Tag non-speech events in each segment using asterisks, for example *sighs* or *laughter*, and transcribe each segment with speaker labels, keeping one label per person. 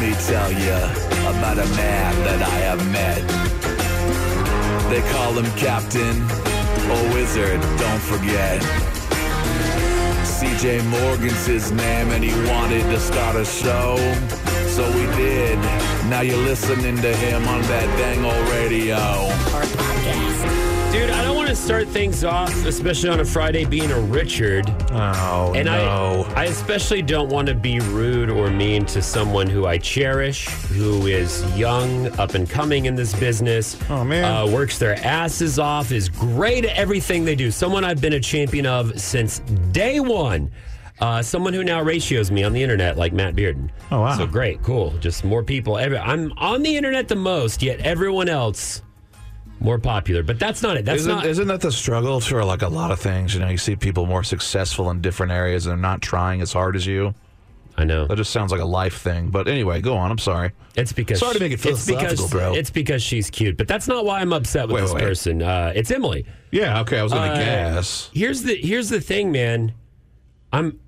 Speaker 1: me tell you about a man that I have met. They call him Captain or Wizard, don't forget. CJ Morgan's his name, and he wanted to start a show. So we did. Now you're listening to him on that dang old radio.
Speaker 2: Dude, I don't want to start things off, especially on a Friday, being a Richard.
Speaker 3: Oh
Speaker 2: And
Speaker 3: no!
Speaker 2: I, I especially don't want to be rude or mean to someone who I cherish, who is young, up and coming in this business.
Speaker 3: Oh, man.
Speaker 2: uh, works their asses off, is great at everything they do. Someone I've been a champion of since day one. Uh, someone who now ratios me on the internet, like Matt Bearden.
Speaker 3: Oh, wow.
Speaker 2: So great, cool. Just more people. Every, I'm on the internet the most, yet everyone else more popular. But that's not it. That's
Speaker 3: Isn't,
Speaker 2: not.
Speaker 3: isn't that the struggle for like a lot of things? You know, you see people more successful in different areas and they're not trying as hard as you.
Speaker 2: I know.
Speaker 3: That just sounds like a life thing. But anyway, go on. I'm sorry.
Speaker 2: It's because
Speaker 3: Sorry to make it
Speaker 2: it's
Speaker 3: philosophical,
Speaker 2: because,
Speaker 3: bro.
Speaker 2: It's because she's cute, but that's not why I'm upset with
Speaker 3: Wait,
Speaker 2: this
Speaker 3: wait, wait.
Speaker 2: person. Uh, it's Emily.
Speaker 3: Yeah. Okay. I was gonna
Speaker 2: Uh,
Speaker 3: guess.
Speaker 2: Here's the here's the thing, man. I'm,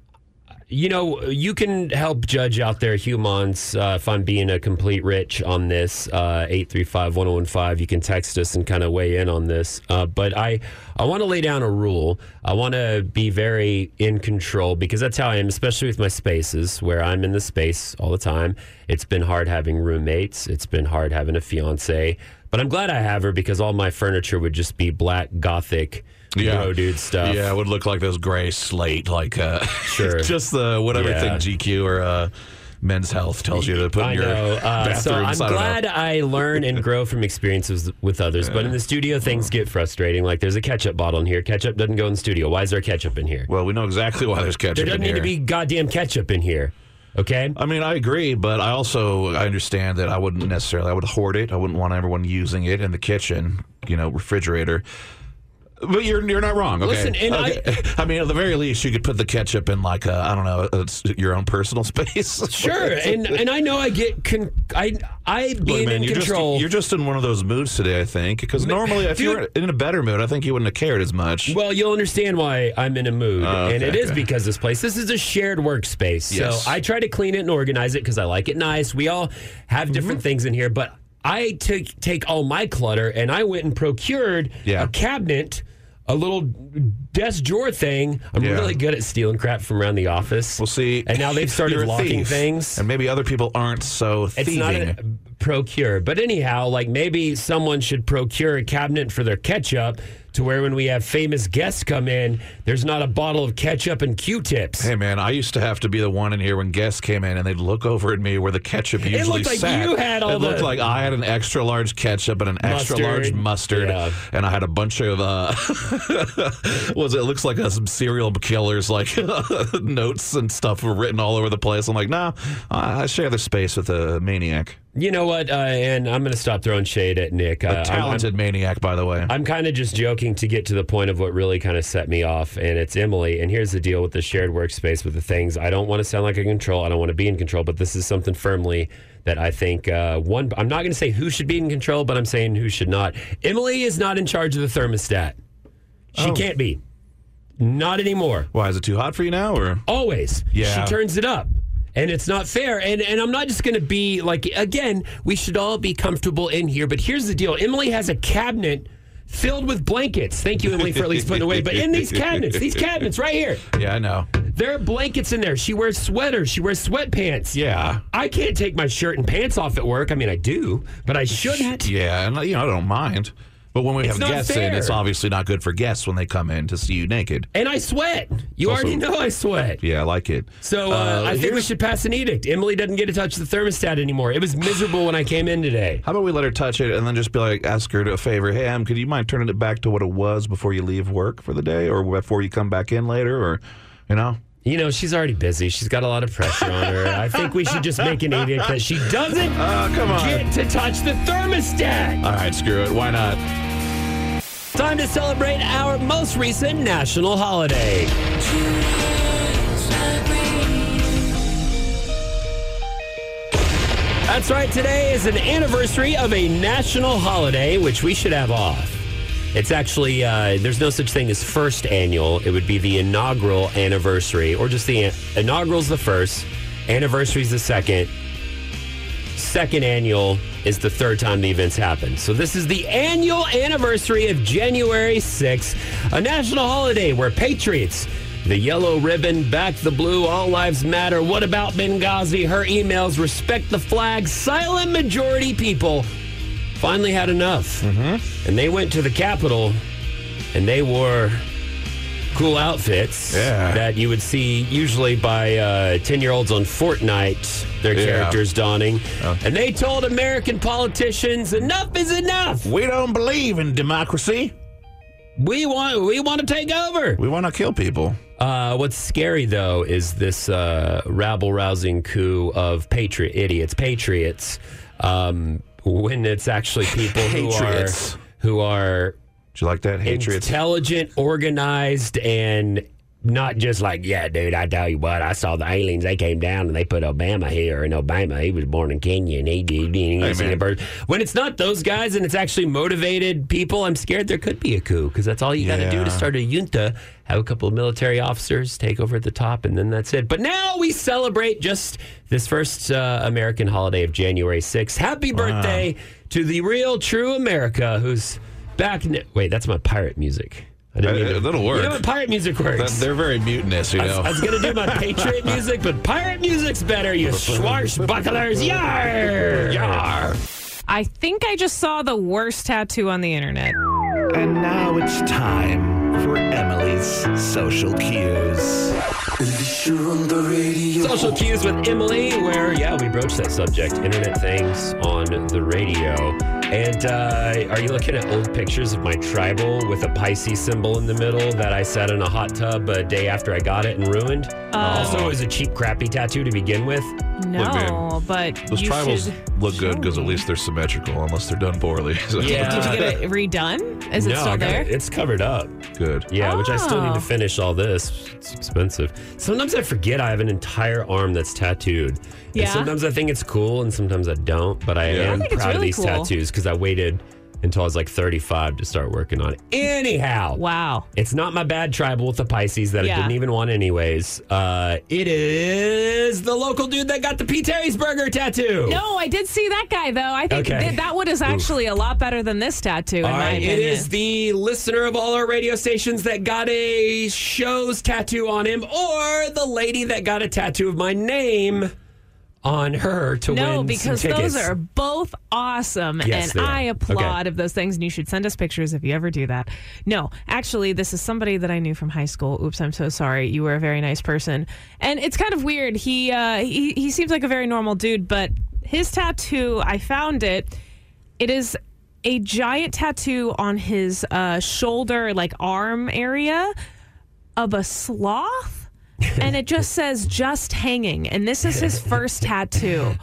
Speaker 2: you know, you can help judge out there, humans. Uh, if I'm being a complete rich on this, uh, eight three five one zero one five. You can text us and kind of weigh in on this. Uh, but I I want to lay down a rule. I want to be very in control because that's how I am, especially with my spaces where I'm in the space all the time. It's been hard having roommates. It's been hard having a fiance. But I'm glad I have her because all my furniture would just be black gothic
Speaker 3: Yeah.
Speaker 2: bro dude stuff.
Speaker 3: Yeah, it would look like those gray slate, like uh, *laughs*
Speaker 2: Sure.
Speaker 3: just the whatever
Speaker 2: Yeah.
Speaker 3: thing GQ or uh, Men's Health tells you to put in
Speaker 2: I
Speaker 3: your
Speaker 2: know. Uh, so I'm
Speaker 3: bathrooms. I don't know.
Speaker 2: glad I learn and grow from experiences with others. But in the studio, things get frustrating. Like there's a ketchup bottle in here. Ketchup doesn't go in the studio. Why is there ketchup in here?
Speaker 3: Well, we know exactly why there's ketchup
Speaker 2: There doesn't
Speaker 3: in
Speaker 2: need
Speaker 3: here.
Speaker 2: to be goddamn ketchup in here. Okay.
Speaker 3: I mean, I agree, but I also I understand that I wouldn't necessarily I would hoard it. I wouldn't want everyone using it in the kitchen, you know, refrigerator. But you're you're not wrong. Okay?
Speaker 2: Listen, and I-
Speaker 3: Okay. *laughs* I mean, at the very least, you could put the ketchup in like uh, I I don't know, it's your own personal *laughs* space.
Speaker 2: Sure. And and I know I get con- I I
Speaker 3: Look,
Speaker 2: being
Speaker 3: man,
Speaker 2: in
Speaker 3: you're
Speaker 2: control.
Speaker 3: Just, you're just in one of those moods today, I think, because normally if you were in a better mood, I think you wouldn't have cared as much.
Speaker 2: well, you'll understand why I'm in a mood,
Speaker 3: Oh, okay,
Speaker 2: and it is
Speaker 3: okay.
Speaker 2: because this place. This is a shared workspace,
Speaker 3: Yes.
Speaker 2: so I try to clean it and organize it because I like it nice. We all have
Speaker 3: Mm-hmm.
Speaker 2: different things in here, but I took take all my clutter and I went and procured
Speaker 3: Yeah.
Speaker 2: a cabinet, a little desk drawer thing. I'm
Speaker 3: Yeah.
Speaker 2: really good at stealing crap from around the office.
Speaker 3: We'll see.
Speaker 2: And now
Speaker 3: *laughs*
Speaker 2: they've
Speaker 3: You're
Speaker 2: started
Speaker 3: a
Speaker 2: locking
Speaker 3: thief,
Speaker 2: things.
Speaker 3: and maybe other people aren't so
Speaker 2: It's
Speaker 3: thieving.
Speaker 2: not a procure, but anyhow, like maybe someone should procure a cabinet for their ketchup to where when we have famous guests come in, there's not a bottle of ketchup and Q-tips.
Speaker 3: Hey man, I used to have to be the one in here when guests came in, and they'd look over at me where the ketchup usually
Speaker 2: looked like
Speaker 3: sat.
Speaker 2: you had all
Speaker 3: It looked
Speaker 2: the-
Speaker 3: like I had an extra large ketchup and an extra
Speaker 2: Mustard.
Speaker 3: large mustard,
Speaker 2: Yeah.
Speaker 3: and I had a bunch of uh, *laughs* was it looks like a, some serial killers like *laughs* notes and stuff were written all over the place. I'm like, nah, I I share the space with a maniac,
Speaker 2: You know what? Uh, and I'm going to stop throwing shade at Nick. Uh,
Speaker 3: a
Speaker 2: I'm-
Speaker 3: talented maniac, by the way.
Speaker 2: I'm, I'm kind of just joking to get to the point of what really kind of set me off, and it's Emily. And here's the deal with the shared workspace with the things. I don't want to sound like a control. I don't want to be in control, but this is something firmly that I think uh, one. I'm not going to say who should be in control, but I'm saying who should not. Emily is not in charge of the thermostat. She can't be. Not anymore
Speaker 3: Why is it too hot for you now? Or
Speaker 2: always.
Speaker 3: Yeah.
Speaker 2: She turns it up. And it's not fair. And and I'm not just going to be like again, we should all be comfortable in here, but here's the deal. Emily has a cabinet filled with blankets. Thank you Emily for at least putting away, but in these cabinets, these cabinets right here,
Speaker 3: yeah, I know.
Speaker 2: there are blankets in there. She wears sweaters, she wears sweatpants.
Speaker 3: Yeah.
Speaker 2: I can't take my shirt and pants off at work. I mean, I do, but I shouldn't.
Speaker 3: Yeah, and you know I don't mind, but when we have
Speaker 2: not
Speaker 3: guests in,
Speaker 2: fair.
Speaker 3: it's obviously not good for guests when they come in to see you naked.
Speaker 2: And I sweat. You
Speaker 3: Also-
Speaker 2: already know I sweat.
Speaker 3: Yeah, I like it.
Speaker 2: So uh, I think we
Speaker 3: here's-
Speaker 2: should pass an edict. Emily doesn't get to touch the thermostat anymore. It was miserable when I came in today.
Speaker 3: How about we let her touch it and then just be like, ask her to a favor. Hey, Em, could you mind turning it back to what it was before you leave work for the day, or before you come back in later, or you know?
Speaker 2: You know, she's already busy. She's got a lot of pressure on her. I think we should just make an edict that she doesn't
Speaker 3: Oh, come on.
Speaker 2: get to touch the thermostat.
Speaker 3: All right, screw it. Why not?
Speaker 2: Time to celebrate our most recent national holiday. That's right, today is an anniversary of a national holiday, which we should have off. It's actually, uh, there's no such thing as first annual. It would be the inaugural anniversary, or just the inaugural's the first, anniversary's the second, second annual is the third time the event's happened. So this is the annual anniversary of January 6th, a national holiday where patriots, the yellow ribbon, back the blue, all lives matter. What about Benghazi? Her emails, respect the flag, silent majority people finally had enough. And they went to the Capitol and they wore cool outfits
Speaker 3: Yeah.
Speaker 2: that you would see usually by 10 year olds on Fortnite, their
Speaker 3: Yeah. Oh.
Speaker 2: characters donning. And they told American politicians, enough is enough.
Speaker 3: We don't believe in democracy.
Speaker 2: We want, we want to take over.
Speaker 3: We want to kill people.
Speaker 2: Uh, what's scary, though, is this uh, rabble rousing coup of patriot idiots, patriots, um, when it's actually people who are,
Speaker 3: Patriots.
Speaker 2: who are
Speaker 3: Did you like that? Patriots.
Speaker 2: intelligent, organized, and not just like, yeah, dude, I tell you what, I saw the aliens. They came down and they put Obama here, and Obama, he was born in Kenya, and he did. And he
Speaker 3: Hey,
Speaker 2: seen
Speaker 3: man.
Speaker 2: a bird. When it's not those guys and it's actually motivated people, I'm scared there could be a coup because that's all you got to do
Speaker 3: Yeah.
Speaker 2: to start a junta, have a couple of military officers take over at the top, and then that's it. But now we celebrate just this first uh, American holiday of January 6th. Happy birthday to the real, true America who's back. N- Wait, that's my pirate music. I didn't
Speaker 3: Uh,
Speaker 2: mean to-
Speaker 3: uh, that'll
Speaker 2: You
Speaker 3: work.
Speaker 2: know what pirate music
Speaker 3: That-
Speaker 2: works.
Speaker 3: they're very mutinous, you
Speaker 2: I was,
Speaker 3: know.
Speaker 2: I was gonna do my patriot music, but pirate music's better.
Speaker 3: *laughs*
Speaker 2: You swashbucklers, yar, yar.
Speaker 4: I think I just saw the worst tattoo on the internet.
Speaker 1: And now it's time for Emily's social cues.
Speaker 2: Social cues with Emily, where yeah, we broached that subject, internet things on the radio. And uh, are you looking at old pictures of my tribal with a Pisces symbol in the middle that I sat in a hot tub a day after I got it and ruined?
Speaker 4: Oh.
Speaker 2: also, it was a cheap, crappy tattoo to begin with.
Speaker 4: No, but
Speaker 3: Those
Speaker 4: you
Speaker 3: tribals
Speaker 4: should
Speaker 3: look good
Speaker 4: show
Speaker 3: because at
Speaker 4: me.
Speaker 3: least they're symmetrical, unless they're done poorly. *laughs* So-
Speaker 2: Yeah.
Speaker 4: Did
Speaker 2: *laughs*
Speaker 4: you get it redone? Is it
Speaker 2: no, I
Speaker 4: still
Speaker 2: got
Speaker 4: there?
Speaker 2: it. it's covered up.
Speaker 3: good.
Speaker 2: Yeah, which I still need to
Speaker 4: Oh.
Speaker 2: finish all this. It's expensive. Sometimes I forget I have an entire arm that's tattooed. And
Speaker 4: Yeah.
Speaker 2: sometimes I think it's cool and sometimes I don't, but I
Speaker 3: Yeah. I
Speaker 2: am
Speaker 4: think it's
Speaker 2: proud of
Speaker 4: really
Speaker 2: these
Speaker 4: cool.
Speaker 2: tattoos because I waited until I was like 35 to start working on it. Anyhow.
Speaker 4: Wow.
Speaker 2: It's not my bad tribal with the Pisces that I
Speaker 4: Yeah.
Speaker 2: didn't even want anyways. Uh, it is the local dude that got the P. Terry's Burger tattoo.
Speaker 4: No, I did see that guy though. I think
Speaker 2: Okay.
Speaker 4: th- that one is actually a lot better than this tattoo in
Speaker 2: All
Speaker 4: my
Speaker 2: right, it
Speaker 4: opinion.
Speaker 2: is the listener of all our radio stations that got a show's tattoo on him, or the lady that got a tattoo of my name on her to win
Speaker 4: no,
Speaker 2: some
Speaker 4: because
Speaker 2: tickets.
Speaker 4: those are both awesome,
Speaker 2: Yes, they
Speaker 4: and
Speaker 2: are.
Speaker 4: I applaud
Speaker 2: Okay.
Speaker 4: of those things. And you should send us pictures if you ever do that. No, actually, this is somebody that I knew from high school. Oops, I'm so sorry. You were a very nice person, and it's kind of weird. He uh, he he seems like a very normal dude, but his tattoo, I found it. It is a giant tattoo on his uh, shoulder, like arm area, of a sloth. and it just says just hanging and this is his first tattoo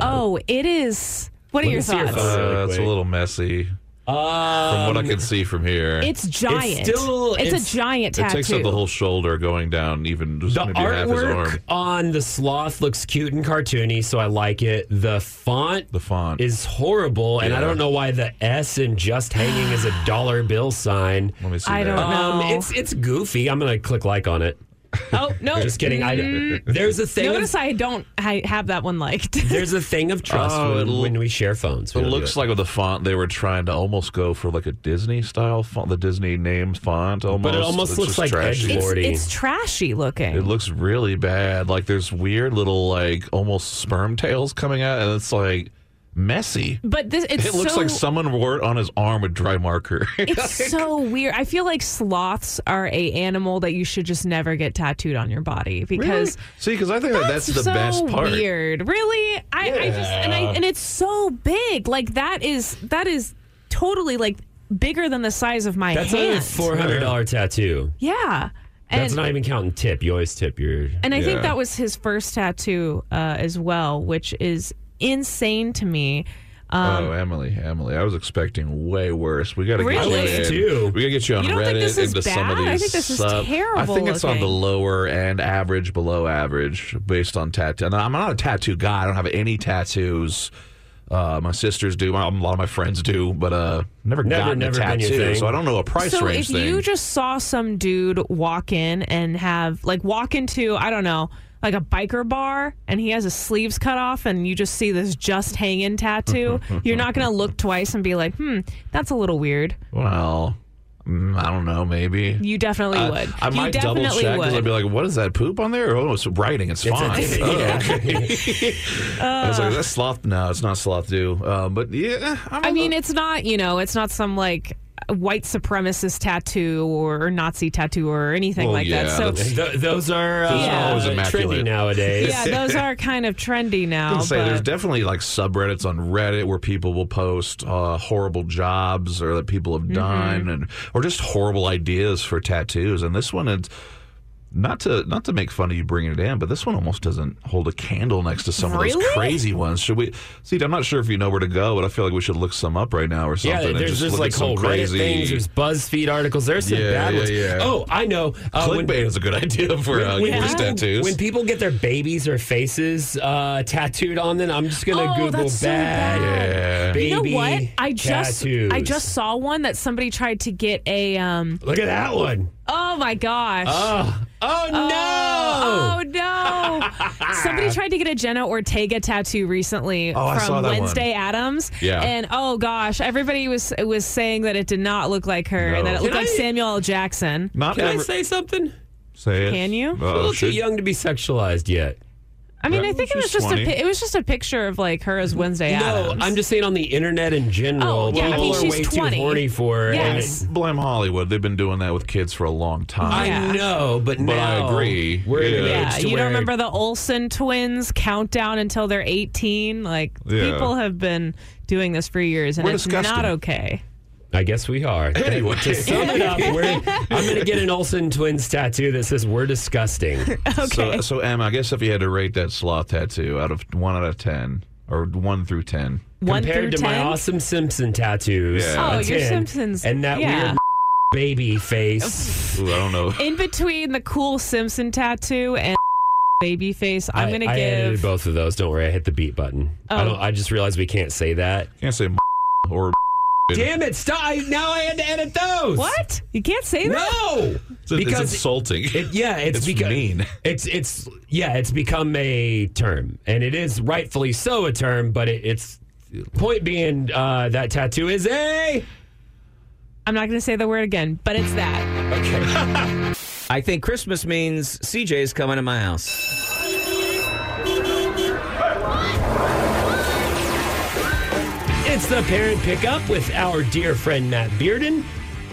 Speaker 4: oh it is what are your
Speaker 2: see your
Speaker 4: thoughts
Speaker 2: photo. Really
Speaker 3: Uh, it's a
Speaker 2: quick.
Speaker 3: little messy
Speaker 2: Uh,
Speaker 3: from what I
Speaker 2: Um,
Speaker 3: can see from here.
Speaker 4: it's giant
Speaker 2: still-
Speaker 4: It's
Speaker 2: it's-
Speaker 4: a giant
Speaker 3: it
Speaker 4: tattoo
Speaker 3: takes up the whole shoulder going down, even just
Speaker 2: The
Speaker 3: maybe half his arm.
Speaker 2: artwork on the sloth looks cute and cartoony, so I like it. The font
Speaker 3: The font.
Speaker 2: is horrible, and I
Speaker 3: Yeah.
Speaker 2: don't know why the S in just hanging
Speaker 4: *sighs*
Speaker 2: is a dollar bill sign.
Speaker 3: Let me see.
Speaker 4: I
Speaker 3: that.
Speaker 4: don't-
Speaker 2: Um,
Speaker 4: No.
Speaker 2: it's it's goofy. I'm gonna click like on it.
Speaker 4: oh no
Speaker 2: Just kidding. I, there's a thing. of-
Speaker 4: Mm-hmm. notice i don't ha- have that one liked *laughs*
Speaker 2: There's a thing of trust
Speaker 3: Oh,
Speaker 2: when,
Speaker 3: it l-
Speaker 2: when we share phones. We
Speaker 3: It
Speaker 2: don't do
Speaker 3: looks like with the font they were trying to almost go for like a Disney style font, the Disney name font almost.
Speaker 2: it almost
Speaker 3: It's
Speaker 2: looks
Speaker 3: just
Speaker 2: like
Speaker 3: trashy.
Speaker 2: edgelord.
Speaker 4: it's,
Speaker 2: Lordy.
Speaker 4: it's trashy looking
Speaker 3: It looks really bad. Like there's weird little like almost sperm tails coming out, and it's like messy.
Speaker 4: but this it's
Speaker 3: It looks
Speaker 4: so,
Speaker 3: like *laughs* someone wore it on his arm with dry marker. *laughs*
Speaker 4: it's so weird i feel like sloths are a animal that you should just never get tattooed on your body because
Speaker 3: see, because I think that that's the
Speaker 4: so
Speaker 3: best part.
Speaker 4: Weird, really. I, I just and I and it's so big. Like that is that is totally like bigger than the size of my
Speaker 2: That's
Speaker 4: hand.
Speaker 2: a four hundred dollar tattoo.
Speaker 4: yeah, and
Speaker 2: That's not even counting tip. You always tip
Speaker 3: *laughs*
Speaker 2: your.
Speaker 4: and I
Speaker 3: Yeah.
Speaker 4: think that was his first tattoo uh, as well, which is insane to me. Um,
Speaker 3: oh, Emily, Emily, I was expecting way worse. We got to
Speaker 4: Really? I
Speaker 3: get
Speaker 4: was
Speaker 3: you in.
Speaker 2: too.
Speaker 3: We got to get you on
Speaker 4: You don't
Speaker 3: Reddit
Speaker 4: think this is
Speaker 3: into some of
Speaker 4: bad?
Speaker 3: these.
Speaker 4: I think this is
Speaker 3: sub- I
Speaker 4: terrible
Speaker 3: think it's on the
Speaker 4: looking.
Speaker 3: lower end, average, below average, based on tattoo. And I'm not a tattoo guy. I don't have any tattoos. Uh, my sisters do. My, a lot of my friends do, but uh, never,
Speaker 2: Never-
Speaker 3: gotten
Speaker 2: never
Speaker 3: a
Speaker 2: been your
Speaker 3: tattoo,
Speaker 2: thing.
Speaker 3: so I don't know a price
Speaker 4: so
Speaker 3: range
Speaker 4: if
Speaker 3: thing.
Speaker 4: you just saw some dude walk in and have like walk into I don't know like a biker bar and he has his sleeves cut off and you just see this just
Speaker 3: *laughs*
Speaker 4: hanging tattoo, you're not going to look twice and be like, hmm, that's a little weird.
Speaker 3: Well, mm, I don't know. Maybe
Speaker 4: You definitely
Speaker 3: I-
Speaker 4: would.
Speaker 3: I,
Speaker 4: you
Speaker 3: might double
Speaker 4: definitely
Speaker 3: check
Speaker 4: would.
Speaker 3: because I'd be like, "What is that poop on there?" Oh, it's writing. It's
Speaker 4: *laughs*
Speaker 3: fine.
Speaker 2: a-
Speaker 3: I was like, "That's sloth." No, it's not sloth do. Uh, but yeah, I,
Speaker 4: Uh. I
Speaker 3: don't
Speaker 4: mean,
Speaker 3: know.
Speaker 4: it's not, you know, it's not some like white supremacist tattoo or Nazi tattoo or anything
Speaker 3: Well,
Speaker 4: like
Speaker 3: yeah,
Speaker 4: that. So,
Speaker 3: that's-
Speaker 2: Th- those are uh,
Speaker 4: Those are always
Speaker 2: trendy
Speaker 3: immaculate. *laughs*
Speaker 2: nowadays.
Speaker 4: yeah, those are kind of trendy
Speaker 3: I
Speaker 4: now.
Speaker 3: would say there's
Speaker 4: But
Speaker 3: definitely like subreddits on Reddit where people will post uh, horrible jobs or that people have done, and or just horrible ideas for tattoos. And this one, it's not to not to make fun of you bringing it in, but this one almost doesn't hold a candle next to some of
Speaker 4: Really?
Speaker 3: those crazy ones. Should we? See, I'm not sure if you know where to go, but I feel like we should look some up right now or something.
Speaker 2: Yeah,
Speaker 3: and
Speaker 2: there's
Speaker 3: just
Speaker 2: just
Speaker 3: look
Speaker 2: like
Speaker 3: at some
Speaker 2: whole
Speaker 3: crazy.
Speaker 2: Reddit things. There's BuzzFeed articles. There's some
Speaker 3: Yeah,
Speaker 2: bad
Speaker 3: yeah,
Speaker 2: ones.
Speaker 3: yeah.
Speaker 2: Oh, I know. Uh,
Speaker 3: Clickbait is a good *laughs* idea for uh,
Speaker 2: when
Speaker 3: wrist
Speaker 2: people-
Speaker 3: tattoos.
Speaker 2: When people get their babies or faces uh, tattooed on them, I'm just gonna
Speaker 4: Oh,
Speaker 2: Google
Speaker 4: that's so
Speaker 2: bad,
Speaker 4: bad.
Speaker 2: baby
Speaker 4: you know what? I just
Speaker 2: tattoos.
Speaker 4: I just saw one that somebody tried to get a um
Speaker 2: look at that one.
Speaker 4: oh my gosh.
Speaker 2: Oh, oh no!
Speaker 4: Oh
Speaker 2: *laughs*
Speaker 4: no! Somebody tried to get a Jenna Ortega tattoo recently
Speaker 2: Oh,
Speaker 3: I
Speaker 4: from
Speaker 3: saw that one.
Speaker 4: Wednesday Adams.
Speaker 3: Yeah.
Speaker 4: And oh gosh, everybody was was saying that it did not look like her and
Speaker 3: No.
Speaker 4: that it looked
Speaker 2: Can
Speaker 4: like
Speaker 2: I-
Speaker 4: Samuel L. Jackson.
Speaker 3: not
Speaker 2: Can
Speaker 3: ever
Speaker 2: I say something?
Speaker 3: say it.
Speaker 4: Can you?
Speaker 2: a
Speaker 3: Oh,
Speaker 2: little too
Speaker 3: should,
Speaker 2: young to be sexualized yet.
Speaker 4: I mean,
Speaker 3: Yeah,
Speaker 4: I think it
Speaker 3: she's
Speaker 4: was just
Speaker 3: 20.
Speaker 4: a pi- it was just a picture of like her as Wednesday
Speaker 2: No,
Speaker 4: Adams.
Speaker 2: I'm just saying on the internet in general,
Speaker 4: Oh, yeah, I
Speaker 2: people
Speaker 4: mean,
Speaker 2: are
Speaker 4: she's
Speaker 2: way
Speaker 4: 20.
Speaker 2: too horny for her. and
Speaker 4: Yes.
Speaker 2: it-
Speaker 3: Blame Hollywood. They've been doing that with kids for a long time.
Speaker 2: I
Speaker 4: Yeah.
Speaker 2: know, but,
Speaker 3: But I
Speaker 2: now
Speaker 3: agree.
Speaker 2: We're in an
Speaker 3: Yeah.
Speaker 4: yeah,
Speaker 2: age to
Speaker 4: you don't
Speaker 2: where-
Speaker 4: remember the Olsen twins countdown until they're 18? Like
Speaker 3: Yeah.
Speaker 4: people have been doing this for years, and
Speaker 3: We're
Speaker 4: it's
Speaker 3: disgusting.
Speaker 4: not okay.
Speaker 2: I guess we are.
Speaker 3: *laughs* Anyway.
Speaker 2: to sum it up, we're, I'm going to get an Olsen twins tattoo that says "We're disgusting."
Speaker 3: So, so Em, I guess if you had to rate that sloth tattoo out of one out of ten, or one through ten,
Speaker 4: *laughs* One
Speaker 2: compared
Speaker 4: through
Speaker 2: to my
Speaker 4: ten?
Speaker 2: awesome Simpson tattoos. a
Speaker 3: Yeah.
Speaker 4: Oh, your
Speaker 2: 10,
Speaker 4: Simpsons.
Speaker 2: and that
Speaker 4: Yeah.
Speaker 2: weird *laughs* baby face.
Speaker 3: ooh, I don't know.
Speaker 4: in between the cool Simpson tattoo and *laughs* baby face, I'm
Speaker 2: I-
Speaker 4: gonna
Speaker 2: I edited
Speaker 4: give.
Speaker 2: both of those. Don't worry, I hit the beat button. I
Speaker 4: Oh.
Speaker 2: don't. I just realized we can't say that.
Speaker 3: Can't say or
Speaker 2: Damn it! Stop! I, now I had to edit those.
Speaker 4: What? You can't say that.
Speaker 2: No,
Speaker 3: it's, because it's insulting.
Speaker 2: It, yeah, it's,
Speaker 3: *laughs* It's
Speaker 2: become
Speaker 3: mean.
Speaker 2: It's it's yeah, it's become a term, and it is rightfully so a term. But it, it's point being uh, that tattoo is a
Speaker 4: I'm not gonna say the word again, but it's that.
Speaker 2: okay.
Speaker 5: I think Christmas means CJ's coming to my house.
Speaker 2: it's the parent pickup with our dear friend Matt Bearden.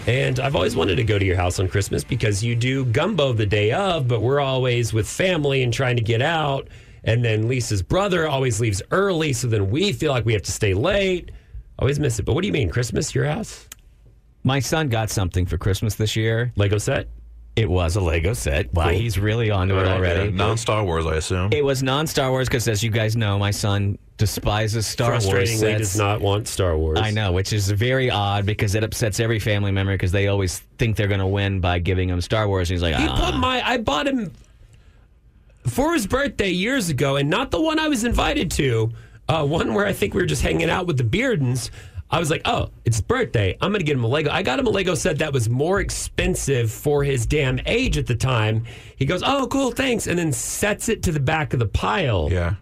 Speaker 2: And I've always wanted to go to your house on Christmas because you do gumbo the day of, but we're always with family and trying to get out. And then Lisa's brother always leaves early, so then we feel like we have to stay late. Always miss it. But what do you mean, Christmas, your house?
Speaker 5: My son got something for Christmas this year.
Speaker 2: Lego set?
Speaker 5: It was a Lego set. Wow,
Speaker 2: Cool.
Speaker 5: he's really onto it already.
Speaker 3: non Star Wars, I assume.
Speaker 5: It was non Star Wars because, as you guys know, my son despises Star Wars
Speaker 2: Frustratingly,
Speaker 5: sets.
Speaker 2: does not want Star Wars.
Speaker 5: I know, which is very odd because it upsets every family member because they always think they're going to win by giving him Star Wars. And he's like,
Speaker 2: He
Speaker 5: ah.
Speaker 2: put my. I bought him for his birthday years ago, and not the one I was invited to. Uh, one where I think we were just hanging out with the Beardens. I was like, oh, it's his birthday. I'm going to get him a Lego. I got him a Lego set that was more expensive for his damn age at the time. He goes, oh, cool, thanks. And then sets it to the back of the pile
Speaker 3: yeah,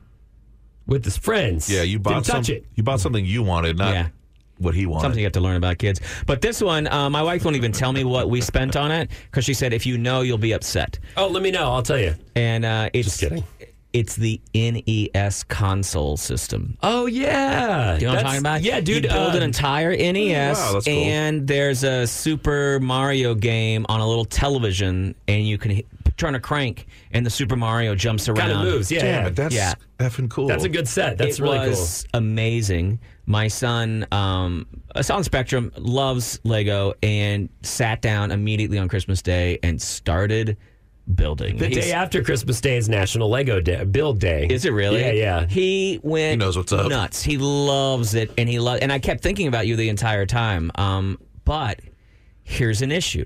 Speaker 2: with his friends.
Speaker 3: yeah. You bought
Speaker 2: Didn't touch
Speaker 3: some-
Speaker 2: it.
Speaker 3: You bought something you wanted, not
Speaker 5: Yeah.
Speaker 3: what he wanted.
Speaker 5: Something you have to learn about kids. But this one, uh, my wife won't even tell me what we spent on it because she said, if you know, you'll be upset.
Speaker 2: Oh, let me know. I'll tell you.
Speaker 5: And uh, it's
Speaker 2: Just kidding.
Speaker 5: It's the NES console system.
Speaker 2: Oh, yeah.
Speaker 5: You know what
Speaker 2: That's-
Speaker 5: I'm talking about?
Speaker 2: Yeah, dude.
Speaker 5: You build an
Speaker 2: um, Oh,
Speaker 5: entire NES,
Speaker 3: Wow, that's cool.
Speaker 5: and there's a Super Mario game on a little television, and you can hit, turn a crank, and the Super Mario jumps around.
Speaker 2: kind of moves. Yeah,
Speaker 3: Damn
Speaker 2: yeah.
Speaker 3: it, that's
Speaker 5: Yeah.
Speaker 3: effing cool.
Speaker 2: That's a good set. That's
Speaker 5: it
Speaker 2: really
Speaker 5: was amazing. My son, um, it's on Spectrum, loves Lego, and sat down immediately on Christmas Day and started building.
Speaker 2: cool. The
Speaker 5: He's-
Speaker 2: day after Christmas Day is National Lego Day, Build Day.
Speaker 5: Is it really?
Speaker 2: Yeah, yeah.
Speaker 5: He went.
Speaker 3: He knows what's up.
Speaker 5: Nuts. He loves it, and he lo- And I kept thinking about you the entire time. Um, but here's an issue,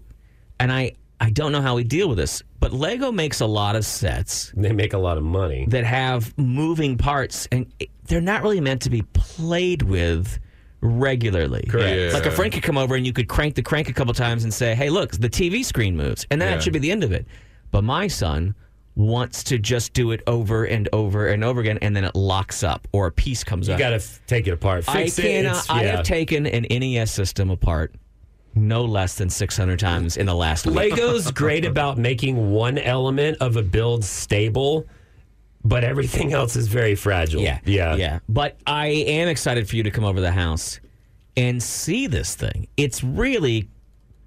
Speaker 5: and I I don't know how we deal with this. But Lego makes a lot of sets
Speaker 2: They make a lot of money.
Speaker 5: that have moving parts, and it- they're not really meant to be played with regularly.
Speaker 2: Correct.
Speaker 5: Like a friend could come over and you could crank the crank a couple times and say, "Hey, look, the TV screen moves," and then
Speaker 3: Yeah.
Speaker 5: that should be the end of it. But my son wants to just do it over and over and over again, and then it locks up or a piece comes
Speaker 2: You
Speaker 5: up.
Speaker 2: got to f- take it apart.
Speaker 5: I
Speaker 2: Fix it.
Speaker 5: cannot.
Speaker 2: It's-
Speaker 5: I
Speaker 2: yeah.
Speaker 5: have taken an NES system apart no less than 600 times in the last week.
Speaker 2: Lego's great about making one element of a build stable, but everything else is very fragile.
Speaker 5: Yeah.
Speaker 2: Yeah.
Speaker 5: Yeah. But I am excited for you to come over to the house and see this thing. It's really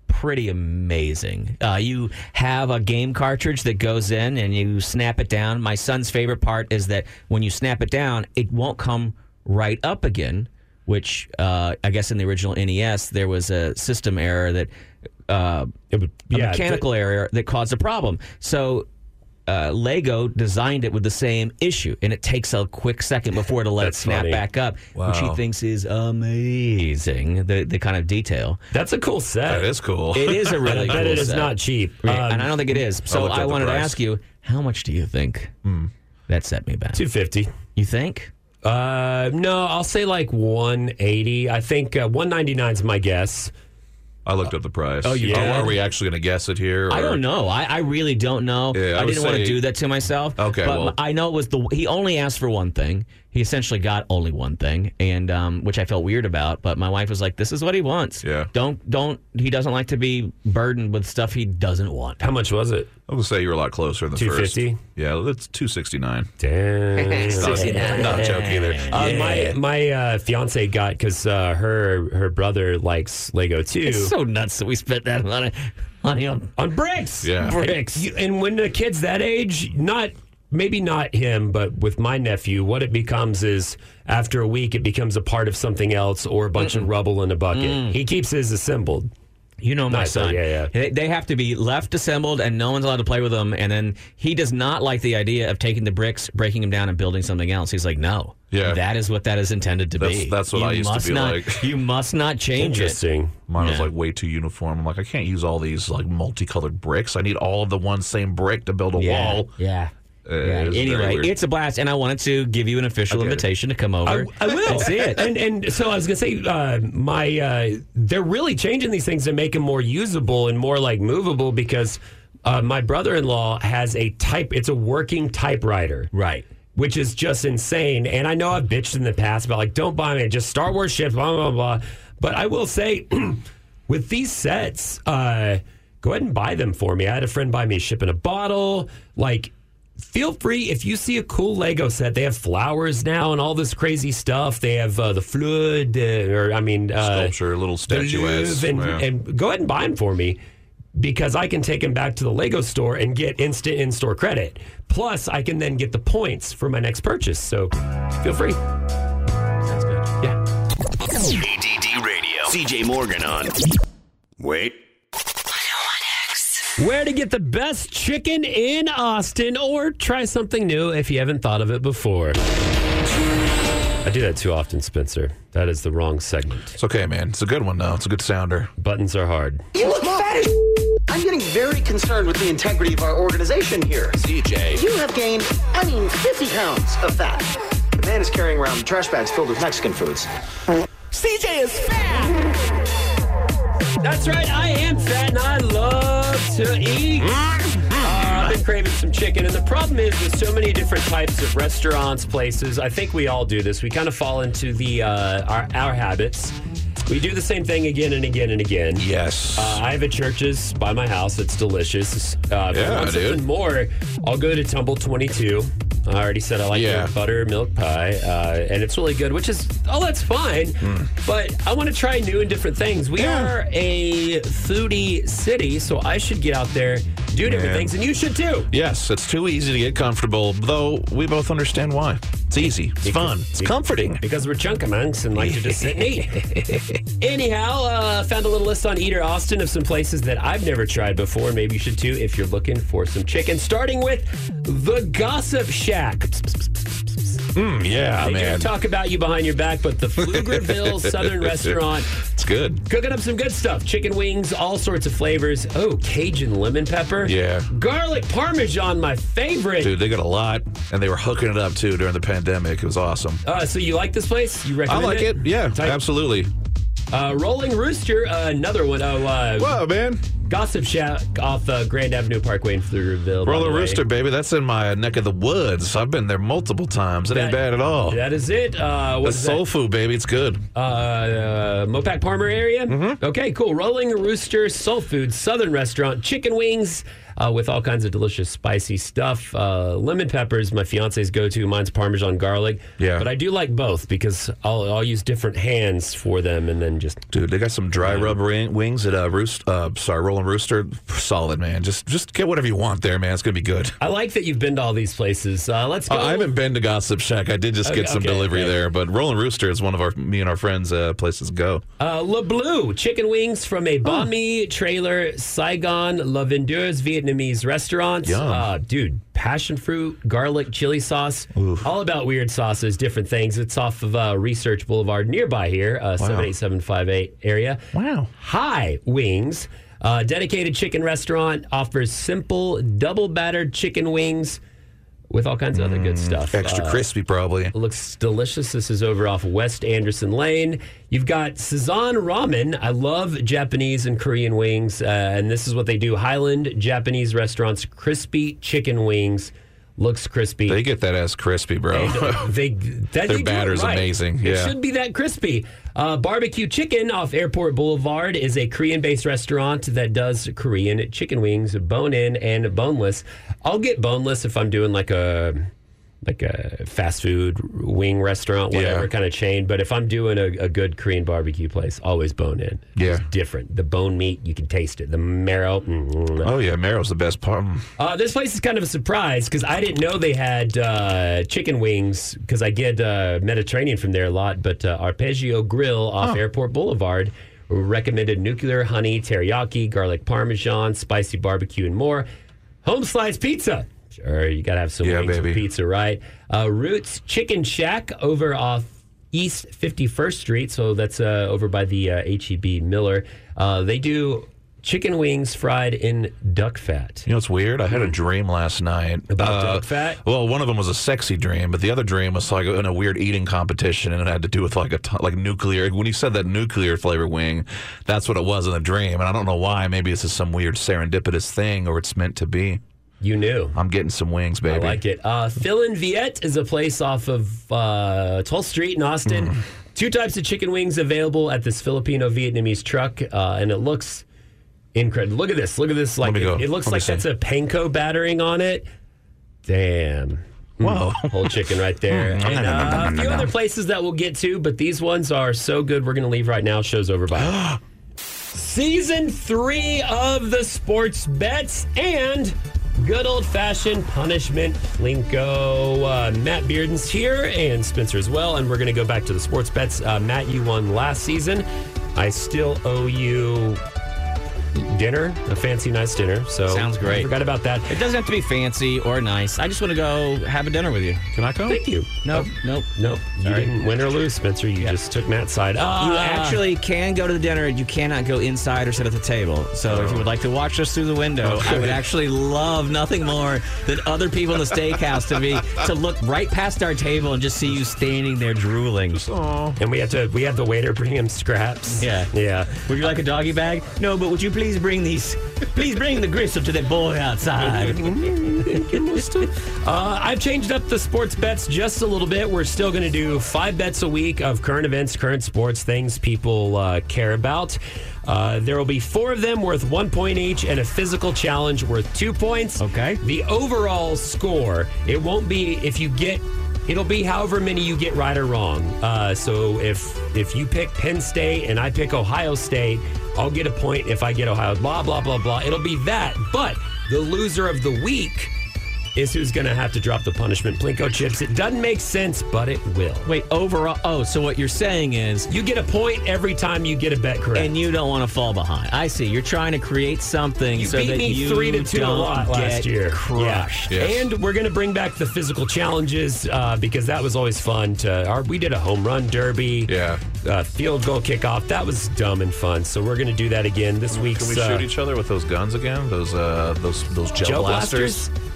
Speaker 5: pretty amazing. Uh, you have a game cartridge that goes in and you snap it down. My son's favorite part is that when you snap it down, it won't come right up again. Which uh, I guess in the original NES there was a system error that uh,
Speaker 2: It would-
Speaker 5: a
Speaker 2: yeah,
Speaker 5: mechanical error that caused a problem. So uh, Lego designed it with the same issue, and it takes a quick *laughs* second before it'll let it
Speaker 2: That's
Speaker 5: snap
Speaker 2: funny.
Speaker 5: back up, which he
Speaker 3: Wow.
Speaker 5: thinks is amazing. The the kind of detail.
Speaker 2: That's a cool set.
Speaker 3: That is cool.
Speaker 5: It *laughs* is a
Speaker 2: And
Speaker 5: really
Speaker 2: I bet
Speaker 5: cool
Speaker 2: it is
Speaker 5: set.
Speaker 2: not cheap.
Speaker 5: Yeah,
Speaker 2: Um,
Speaker 5: and I don't think it is.
Speaker 3: I
Speaker 5: So
Speaker 3: looked up
Speaker 5: I
Speaker 3: the
Speaker 5: wanted to
Speaker 3: price.
Speaker 5: ask you, how much do you think that set me back?
Speaker 2: Two fifty.
Speaker 5: You think?
Speaker 2: Uh, no, I'll say like one eighty. I think uh, one ninety nine is my guess.
Speaker 3: *laughs* I looked up the price. Oh,
Speaker 2: you did?
Speaker 3: are we actually going to guess it here?
Speaker 5: I
Speaker 3: or-
Speaker 5: don't know. I, I really don't know.
Speaker 3: Yeah, I
Speaker 5: I,
Speaker 3: would
Speaker 5: didn't want to
Speaker 3: say-
Speaker 5: do that to myself.
Speaker 3: Okay,
Speaker 5: but
Speaker 3: well-
Speaker 5: I know it was the he only asked for one thing. He essentially got only one thing, and um, which I felt weird about. But my wife was like, "This is what he wants.
Speaker 3: Yeah.
Speaker 5: Don't don't. He doesn't like to be burdened with stuff he doesn't want."
Speaker 2: How much
Speaker 5: *laughs*
Speaker 2: was it?
Speaker 3: I would say you're a lot closer in the first.
Speaker 2: 250?
Speaker 3: Yeah, that's 269.
Speaker 2: Damn.
Speaker 3: Not a joke either.
Speaker 2: Uh, My my uh, fiance got because uh, her her brother likes Lego too.
Speaker 5: It's so nuts that we spent that amount of money on.
Speaker 2: on bricks.
Speaker 3: Yeah.
Speaker 5: Bricks.
Speaker 2: And, you- and when the kid's that age, not maybe not him, but with my nephew, what it becomes is after a week, it becomes a part of something else or a bunch of rubble in a bucket.
Speaker 5: Mm.
Speaker 2: He keeps his assembled.
Speaker 5: You know my
Speaker 2: Nice,
Speaker 5: son.
Speaker 2: yeah, yeah.
Speaker 5: They, they have to be left assembled, and no one's allowed to play with them. And then he does not like the idea of taking the bricks, breaking them down, and building something else. He's like, "No,
Speaker 3: Yeah.
Speaker 5: that is what that is intended to
Speaker 3: That's-
Speaker 5: be."
Speaker 3: that's what
Speaker 5: you
Speaker 3: I used to
Speaker 5: must
Speaker 3: be
Speaker 5: not,
Speaker 3: like.
Speaker 5: *laughs* You must not change it.
Speaker 2: Interesting.
Speaker 3: Mine was like way too uniform. I'm like, I can't use all these like multicolored bricks. I need all of the one same brick to build a
Speaker 5: Yeah,
Speaker 3: wall.
Speaker 5: yeah.
Speaker 3: Uh,
Speaker 5: yeah.
Speaker 3: it's very
Speaker 5: Anyway,
Speaker 3: weird.
Speaker 5: it's a blast, and I wanted to give you an official
Speaker 3: I get it.
Speaker 5: invitation to come over.
Speaker 2: I will
Speaker 5: and see it.
Speaker 2: And and so I was gonna say, uh, my uh, they're really changing these things to make them more usable and more like movable because uh, my brother-in-law has a type. It's a working typewriter,
Speaker 5: Right.
Speaker 2: Which is just insane. And I know I've bitched in the past about like, don't buy me just Star Wars ships, blah blah blah. But I will say, *clears throat* with these sets, uh, go ahead and buy them for me. I had a friend buy me a ship in a bottle, like feel free if you see a cool Lego set. They have flowers now and all this crazy stuff. They have uh, the flood, uh, or I mean, uh,
Speaker 3: Sculpture, little
Speaker 2: the Louvre,
Speaker 3: statuettes.
Speaker 2: and,
Speaker 3: yeah.
Speaker 2: and go ahead and buy them for me because I can take them back to the Lego store and get instant in-store credit. Plus, I can then get the points for my next purchase. So, feel free. Sounds good. Yeah.
Speaker 6: EDD Radio. CJ Morgan on. Wait.
Speaker 2: Where to get the best chicken in Austin or try something new if you haven't thought of it before. I do that too often, Spencer. That is the wrong segment.
Speaker 3: it's okay, man. It's a good one though. It's a good sounder.
Speaker 2: Buttons are hard.
Speaker 7: You look fat as I'm getting very concerned with the integrity of our organization here.
Speaker 6: CJ.
Speaker 7: You have gained, I mean, 50 pounds of fat. The man is carrying around trash bags filled with Mexican foods.
Speaker 6: CJ is fat.
Speaker 2: That's right. I am fat and I love to eat. Uh, I've been craving some chicken, and the problem is with so many different types of restaurants, places. I think we all do this. We kind of fall into the uh, our, our habits. We do the same thing again and again and again.
Speaker 3: Yes.
Speaker 2: Uh, I have a church's by my house. It's delicious. Uh, if I
Speaker 3: Yeah,
Speaker 2: want
Speaker 3: dude.
Speaker 2: something more, I'll go to Tumble 22. I already said I like
Speaker 3: Yeah.
Speaker 2: their buttermilk pie, uh, and it's really good, which is, oh, that's fine. But I want to try new and different things. We
Speaker 3: Hmm. Yeah.
Speaker 2: are a foodie city, so I should get out there, do different
Speaker 3: Man.
Speaker 2: things, and you should too.
Speaker 3: yes, it's too easy to get comfortable, though we both understand why. It's easy. It's fun. It's comforting.
Speaker 2: Because we're chunk monks and like to just sit and eat. Anyhow, uh, found a little list on Eater Austin of some places that I've never tried before, and maybe you should too if you're looking for some chicken. Starting with the Gossip Shack.
Speaker 3: Mm, yeah,
Speaker 2: They do
Speaker 3: man.
Speaker 2: talk about you behind your back, but the
Speaker 3: *laughs*
Speaker 2: Pflugerville Southern Restaurant
Speaker 3: It's good.
Speaker 2: cooking up some good stuff: chicken wings, all sorts of flavors. Oh, Cajun lemon pepper.
Speaker 3: Yeah.
Speaker 2: Garlic parmesan, my favorite.
Speaker 3: Dude, they got a lot, and they were hooking it up too during the pandemic. It was awesome.
Speaker 2: Uh, so you like this place? You
Speaker 3: I
Speaker 2: recommend
Speaker 3: like it. Yeah,
Speaker 2: Type-
Speaker 3: absolutely.
Speaker 2: Uh, Rolling Rooster, uh, another one. Oh, uh,
Speaker 3: Whoa, man.
Speaker 2: Gossip Shack off uh, Grand Avenue Parkway in Pflugerville. by
Speaker 3: Roller
Speaker 2: the way.
Speaker 3: Rooster, baby. That's in my neck of the woods. I've been there multiple times. It ain't
Speaker 2: That-
Speaker 3: bad at all.
Speaker 2: That is it. Uh,
Speaker 3: That's
Speaker 2: what's
Speaker 3: soul food, baby. It's good.
Speaker 2: uh, Mopac Palmer area.
Speaker 3: Mm-hmm.
Speaker 2: Okay, cool. Rolling Rooster Soul Food Southern Restaurant, chicken wings uh, with all kinds of delicious spicy stuff. Uh, lemon peppers, my fiance's go to. Mine's Parmesan garlic.
Speaker 3: Yeah.
Speaker 2: but I do like both because I'll, I'll use different hands for them, and then just
Speaker 3: Dude, they got some dry rub ring, wings at uh, Roost. Uh, sorry, Rolling Rooster. Solid, man. Just just get whatever you want there, man. It's gonna be good.
Speaker 2: I like that you've been to all these places. Uh, let's go.
Speaker 3: Uh, I haven't been to Gossip Shack. I did just
Speaker 2: Okay,
Speaker 3: get some
Speaker 2: okay,
Speaker 3: delivery
Speaker 2: okay.
Speaker 3: there, but Rolling Rooster is one of our me and our friends' uh, places to go.
Speaker 2: Uh, Le Bleu, chicken wings from a Bami trailer, Saigon, La Vendeur's Vietnamese restaurant.
Speaker 3: Yum.
Speaker 2: Uh, dude, passion fruit, garlic, chili sauce. All about weird sauces, different things. It's off of uh, Research Boulevard nearby here, uh, 78758 area.
Speaker 3: Wow.
Speaker 2: High Wings, uh, dedicated chicken restaurant, offers simple double battered chicken wings with all kinds of other good stuff.
Speaker 3: Mm, Extra
Speaker 2: Uh,
Speaker 3: crispy, probably.
Speaker 2: looks delicious. This is over off West Anderson Lane. You've got Sazan Ramen. I love Japanese and Korean wings, uh, and this is what they do: Highland Japanese restaurants, crispy chicken wings. Looks crispy.
Speaker 3: They get that ass crispy, bro.
Speaker 2: *laughs*
Speaker 3: *laughs*
Speaker 2: They- that- they do it
Speaker 3: batter's
Speaker 2: right.
Speaker 3: amazing, yeah.
Speaker 2: It should be that crispy. Uh, barbecue Chicken off Airport Boulevard is a Korean-based restaurant that does Korean chicken wings, bone-in and boneless. I'll get boneless if I'm doing like a like a fast food wing restaurant, whatever
Speaker 3: Yeah.
Speaker 2: kind of chain. But if I'm doing a, a good Korean barbecue place, always bone-in.
Speaker 3: Yeah.
Speaker 2: it's different. The bone meat you can taste it. The marrow. mm.
Speaker 3: oh yeah, Marrow's the best part. Mm.
Speaker 2: Uh, this place is kind of a surprise because I didn't know they had uh, chicken wings because I get uh, Mediterranean from there a lot. But uh, Arpeggio Grill off Airport Boulevard recommended nuclear honey teriyaki, garlic parmesan, spicy barbecue, and more. Home slice pizza. Sure, you gotta have some
Speaker 3: Yeah,
Speaker 2: wings
Speaker 3: baby.
Speaker 2: with pizza, right? Uh, Roots Chicken Shack over off East 51st Street. So that's uh, over by the uh, HEB Miller. Uh, they do chicken wings fried in duck fat.
Speaker 3: You know, it's weird. I had a
Speaker 2: Mm.
Speaker 3: dream last night
Speaker 2: About duck fat?
Speaker 3: Uh, Well, one of them was a sexy dream, but the other dream was like in a weird eating competition, and it had to do with like a t- like nuclear. When you said that nuclear flavor wing, that's what it was in the dream, and I don't know why. Maybe this is some weird serendipitous thing, or it's meant to be.
Speaker 2: You knew.
Speaker 3: I'm getting some wings,
Speaker 2: I
Speaker 3: baby.
Speaker 2: like it. Uh, Phil and Viet is a place off of uh, 12th Street in Austin.
Speaker 3: Mm-hmm.
Speaker 2: Two types of chicken wings available at this Filipino Vietnamese truck, uh, and it looks incredible. Look at this. Look at this. Like
Speaker 3: me
Speaker 2: it,
Speaker 3: go.
Speaker 2: it looks
Speaker 3: Let me
Speaker 2: like
Speaker 3: see.
Speaker 2: that's a panko battering on it. Damn. Hmm.
Speaker 3: Whoa.
Speaker 2: Whole chicken right there.
Speaker 3: Mm.
Speaker 2: and uh, a few other places that we'll get to, but these ones are so good. We're going to leave right now. Show's over. Bye. Season three of the sports bets and good old fashioned punishment plinko. Uh, Matt Bearden's here and Spencer as well. And we're going to go back to the sports bets. Uh, Matt, you won last season. I still owe you dinner, a fancy, nice dinner. So
Speaker 5: Sounds great.
Speaker 2: I forgot about that.
Speaker 5: It doesn't have to be fancy or nice. I just want to go have a dinner with you.
Speaker 3: Can I come? Oh.
Speaker 2: Thank you.
Speaker 5: Nope, nope.
Speaker 2: No, you
Speaker 5: Sorry.
Speaker 2: didn't win or lose, Spencer. You just took Matt's side.
Speaker 5: You
Speaker 2: Ah,
Speaker 5: actually can go to the dinner. You cannot go inside or sit at the table. So if you would like to watch us through the window, I would actually love nothing more than other people in the steakhouse to be to look right past our table and just see you standing there drooling.
Speaker 2: and we had to we had the waiter bring him scraps.
Speaker 5: Yeah.
Speaker 2: yeah.
Speaker 5: Would you like a doggy bag? No, but would you please bring these? Please bring the gristle to that boy outside.
Speaker 2: Uh, I've changed up the sports bets just a little bit. We're still going to do five bets a week of current events, current sports, things people uh, care about. Uh, there will be four of them worth one point each and a physical challenge worth two points.
Speaker 5: Okay.
Speaker 2: The overall score, it won't be if you get. It'll be however many you get right or wrong. Uh, so if if you pick Penn State and I pick Ohio State, I'll get a point if I get Ohio. Blah blah blah blah. It'll be that. But the loser of the week is who's going to have to drop the punishment. Plinko chips. It doesn't make sense, but it will.
Speaker 5: Wait, overall. Oh, so what you're saying is
Speaker 2: You get a point every time you get a bet correct.
Speaker 5: and you don't want to fall behind. I see. You're trying to create something
Speaker 2: You
Speaker 5: so
Speaker 2: beat
Speaker 5: that
Speaker 2: me
Speaker 5: you
Speaker 2: three to two a
Speaker 5: don't
Speaker 2: lot
Speaker 5: get
Speaker 2: last year.
Speaker 5: Crushed.
Speaker 2: Yeah.
Speaker 3: Yes.
Speaker 2: And we're going to bring back the physical challenges uh, because that was always fun. To our, we did a home run derby,
Speaker 3: Yeah.
Speaker 2: uh, field goal kickoff. That was dumb and fun. So we're going to do that again this week.
Speaker 3: Can we shoot each other with uh, those guns again? Those uh, those those gel,
Speaker 2: Gel
Speaker 3: blasters?
Speaker 2: blasters?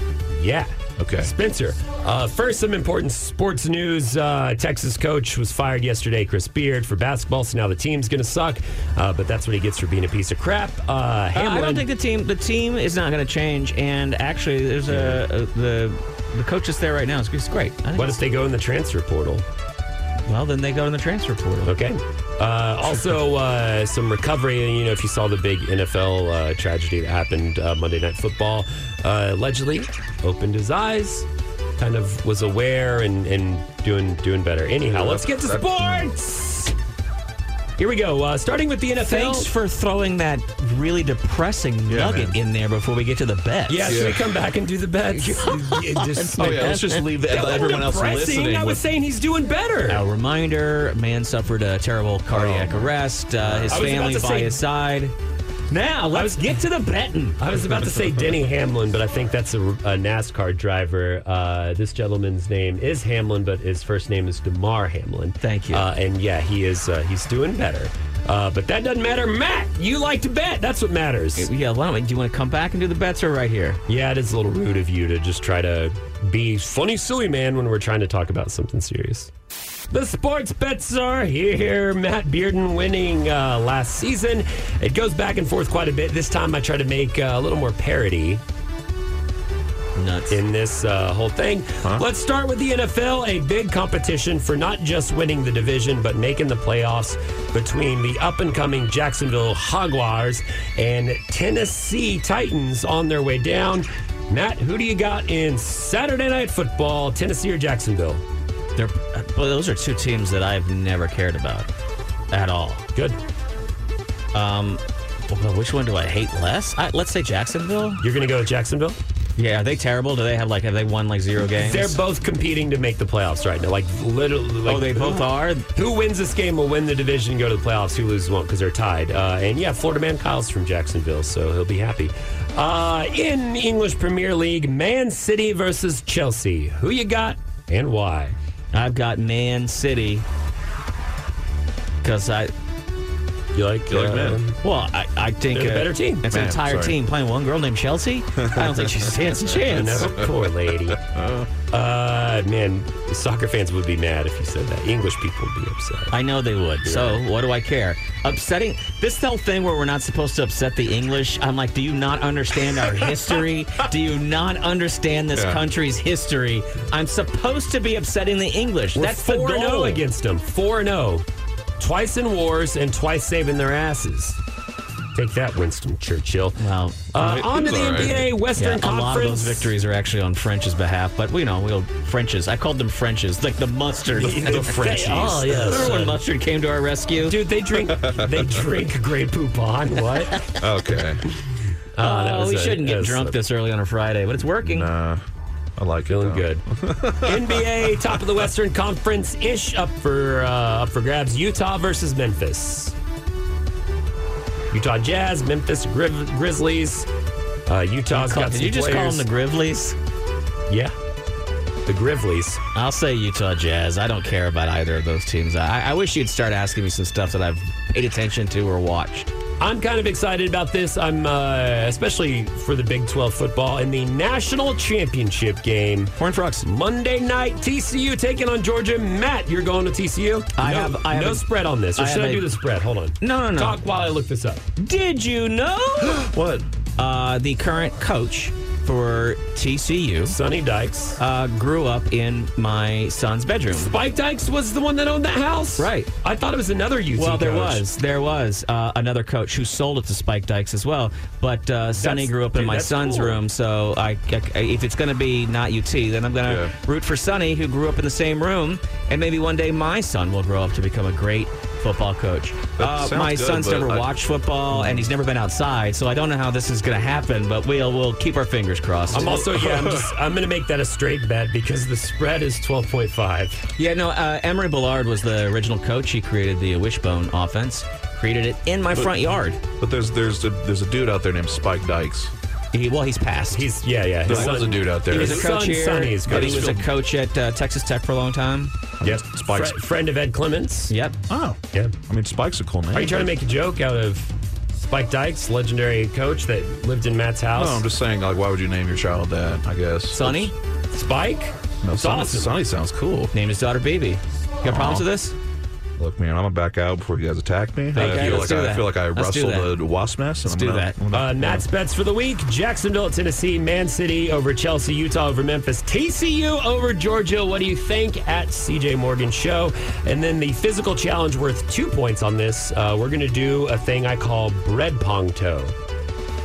Speaker 2: Yeah,
Speaker 3: Okay.
Speaker 2: Spencer. Uh, first, some important sports news. Uh, Texas coach was fired yesterday, Chris Beard, for basketball, so now the team's going to suck, uh, but that's what he gets for being a piece of crap. Uh,
Speaker 5: Uh, I
Speaker 2: Hamlin-
Speaker 5: don't think the team the team is not going to change. And actually, there's a, a the the coach that's there right now is is great. I think,
Speaker 2: what if they go in the transfer portal?
Speaker 5: well, then they go to the transfer portal.
Speaker 2: Okay. Uh, also, uh, some recovery. And, you know, if you saw the big NFL uh, tragedy that happened uh, Monday Night Football, uh, allegedly opened his eyes, kind of was aware and, and doing doing better. Anyhow, let's get to sports. Here we go. Uh, starting with the NFL.
Speaker 5: Thanks for throwing that really depressing
Speaker 3: Yeah,
Speaker 5: nugget
Speaker 3: man.
Speaker 5: in there before we get to the bets.
Speaker 2: yeah, should we
Speaker 3: Yeah.
Speaker 2: come back and do the bets? *laughs*
Speaker 3: oh yeah, let's *laughs* just leave that,
Speaker 2: That wasn't
Speaker 3: everyone else
Speaker 2: depressing.
Speaker 3: listening.
Speaker 2: I was
Speaker 3: with-
Speaker 2: saying he's doing better.
Speaker 5: A reminder: man suffered a terrible cardiac arrest. Uh, his
Speaker 2: Oh, I was about
Speaker 5: family
Speaker 2: to
Speaker 5: by
Speaker 2: say-
Speaker 5: his side. Now let's get to the betting.
Speaker 2: I was about to say Denny Hamlin, but I think that's a, a NASCAR driver. Uh, this gentleman's name is Hamlin, but his first name is Demar Hamlin.
Speaker 5: Thank you.
Speaker 2: Uh, and yeah, he is. Uh, he's doing better. Uh, but that doesn't matter, Matt. You like to bet. That's what matters.
Speaker 5: Yeah, why don't we, do you want to come back and do the bets or right here?
Speaker 2: Yeah, it is a little rude of you to just try to be funny, silly man when we're trying to talk about something serious. The sports bets are here. Matt Bearden winning uh, last season. It goes back and forth quite a bit. This time I try to make uh, a little more parody
Speaker 5: Nuts.
Speaker 2: in this uh, whole thing. Let's start with the NFL, a big competition for not just winning the division, but making the playoffs between the up and coming Jacksonville Jaguars and Tennessee Titans on their way down. Matt, who do you got in Saturday Night Football, Tennessee or Jacksonville?
Speaker 5: They're, well, those are two teams that I've never cared about at all.
Speaker 2: Good.
Speaker 5: Um, well, which one do I hate less? I, let's say Jacksonville.
Speaker 2: You're going to go with Jacksonville?
Speaker 5: Yeah, are they terrible? Do they have like have they won like zero games?
Speaker 2: They're both competing to make the playoffs right now. Like, literally. Like,
Speaker 5: oh, they both are.
Speaker 2: Who wins this game will win the division and go to the playoffs. Who loses won't because they're tied. Uh, and yeah, Florida man Kyle's from Jacksonville, so he'll be happy. Uh, in English Premier League, Man City versus Chelsea. Who you got and why?
Speaker 5: I've got Man City because I
Speaker 2: You like, uh,
Speaker 3: You like Man?
Speaker 5: well I, I think
Speaker 2: They're the
Speaker 5: uh,
Speaker 2: better team.
Speaker 5: It's an
Speaker 3: Man,
Speaker 5: entire
Speaker 3: sorry.
Speaker 5: team playing one girl named Chelsea. I don't
Speaker 2: *laughs*
Speaker 5: think she stands a chance.
Speaker 2: No, *laughs* poor
Speaker 5: *laughs*
Speaker 2: lady. Uh, man, soccer fans would be mad if you said that. English people would be upset.
Speaker 5: I know they would. So what do I care? Upsetting this whole thing where we're not supposed to upset the English. I'm like, do you not understand
Speaker 2: *laughs*
Speaker 5: our history? do you not understand this
Speaker 3: Yeah.
Speaker 5: country's history? I'm supposed to be upsetting the English.
Speaker 2: We're
Speaker 5: That's oh. the
Speaker 2: 4
Speaker 5: goal.
Speaker 2: 0 against them. 4 0. oh. Twice in wars and twice saving their asses. Take that, Winston Churchill.
Speaker 5: Well,
Speaker 2: Uh,
Speaker 3: It
Speaker 2: on to
Speaker 3: was
Speaker 2: the
Speaker 3: all right.
Speaker 2: NBA Western
Speaker 5: yeah, a
Speaker 2: Conference.
Speaker 5: lot of those victories are actually on French's behalf, but we know we'll French's. I called them French's, like
Speaker 2: *laughs*
Speaker 5: the mustard, *laughs*
Speaker 2: the Frenchies.
Speaker 5: oh
Speaker 2: *laughs*
Speaker 5: yeah, remember
Speaker 2: Son.
Speaker 5: when mustard came to our rescue?
Speaker 2: Dude, they drink they drink Grey Poupon. What?
Speaker 3: Okay.
Speaker 5: oh,
Speaker 2: Ah, that was
Speaker 5: we
Speaker 2: a-
Speaker 5: shouldn't
Speaker 2: that
Speaker 5: get
Speaker 2: was
Speaker 5: drunk
Speaker 2: a-
Speaker 5: this early on a Friday, but it's working.
Speaker 3: Nah, I like it.
Speaker 2: Feeling
Speaker 3: though.
Speaker 2: good. *laughs* NBA top of the Western Conference ish up for uh, up for grabs. Utah versus Memphis. Utah Jazz, Memphis Griv- Grizzlies. Uh, Utah's
Speaker 5: Call-
Speaker 2: got
Speaker 5: did
Speaker 2: some
Speaker 5: you just call
Speaker 2: players.
Speaker 5: them the Grivleys?
Speaker 2: yeah, the Grizzlies.
Speaker 5: I'll say Utah Jazz. I don't care about either of those teams. I, I wish you'd start asking me some stuff that I've paid attention to or watched.
Speaker 2: I'm kind of excited about this. I'm uh, especially for the Big 12 football in the national championship game.
Speaker 5: Horn Frogs.
Speaker 2: Monday night, TCU taking on Georgia. Matt, you're going to TCU.
Speaker 5: I
Speaker 2: no,
Speaker 5: have- I have
Speaker 2: no
Speaker 5: a-
Speaker 2: spread on this. Or
Speaker 5: I
Speaker 2: should
Speaker 5: have
Speaker 2: I do
Speaker 5: a-
Speaker 2: the spread? Hold on.
Speaker 5: No, no, no.
Speaker 2: Talk while I look this up.
Speaker 5: Did you know?
Speaker 3: What?
Speaker 5: uh, the current coach for TCU
Speaker 2: Sonny Dykes.
Speaker 5: uh, grew up in my son's bedroom.
Speaker 2: Spike Dykes was the one that owned that house.
Speaker 5: Right.
Speaker 2: I thought it was another UT.
Speaker 5: Well, there
Speaker 2: coach.
Speaker 5: was there was uh, another coach who sold it to Spike Dykes as well. But uh, Sonny
Speaker 2: That's-
Speaker 5: grew up in
Speaker 2: dude,
Speaker 5: my
Speaker 2: that's
Speaker 5: son's
Speaker 2: cool.
Speaker 5: room, so I, I- if it's going to be not UT, then I'm going to
Speaker 3: Yeah.
Speaker 5: root for Sonny, who grew up in the same room, and maybe one day my son will grow up to become a great football coach.
Speaker 3: That
Speaker 5: Uh,
Speaker 3: sounds
Speaker 5: my
Speaker 3: good,
Speaker 5: son's
Speaker 3: but
Speaker 5: never
Speaker 3: I-
Speaker 5: watched football, and he's never been outside, so I don't know how this is going to happen. But we'll we'll keep our fingers crossed.
Speaker 2: I'm also yeah. I'm,
Speaker 5: *laughs*
Speaker 2: just, I'm gonna make that a straight bet because the spread is 12.5.
Speaker 5: Yeah, no, uh, Emery Ballard was the original coach. He created the wishbone offense, created it in my front yard.
Speaker 3: But there's there's a, there's a dude out there named Spike Dykes.
Speaker 5: He, well, he's passed.
Speaker 2: He's yeah yeah.
Speaker 3: There
Speaker 2: His
Speaker 3: was a
Speaker 2: son-
Speaker 3: dude out there.
Speaker 5: he was a
Speaker 2: His
Speaker 5: coach
Speaker 2: son
Speaker 5: here,
Speaker 2: Sonny is
Speaker 5: but he was a
Speaker 2: coaching.
Speaker 5: coach at uh, Texas Tech for a long time.
Speaker 2: Yes,
Speaker 3: Spike's-
Speaker 2: friend of Ed Clements.
Speaker 5: Yep.
Speaker 3: Oh,
Speaker 2: Yeah.
Speaker 3: I mean Spike's a cool name.
Speaker 2: Are you trying to make a joke out of Spike Dykes, legendary coach that lived in Matt's house?
Speaker 3: No, I'm just saying. Like, why would you name your child that? I guess.
Speaker 5: Sonny?
Speaker 2: Spike?
Speaker 3: No,
Speaker 2: it's
Speaker 3: Sonny,
Speaker 2: awesome.
Speaker 3: Sonny sounds cool.
Speaker 5: Named his daughter BB. You got problems with this?
Speaker 3: Look, man, I'm gonna back out before you guys attack me.
Speaker 5: Thank
Speaker 3: I
Speaker 5: you.
Speaker 3: feel
Speaker 5: Let's
Speaker 3: like
Speaker 5: do
Speaker 3: I
Speaker 5: that.
Speaker 3: feel like I
Speaker 5: Let's do
Speaker 3: wrestled a wasp nest. Let's
Speaker 5: do that.
Speaker 2: Uh, Matt's bets for the week Jacksonville at Tennessee, Man City over Chelsea, Utah over Memphis, TCU over Georgia. What do you think at CJ Morgan Show? And then the physical challenge worth two points on this. Uh, we're going to do a thing I call bread pong toe.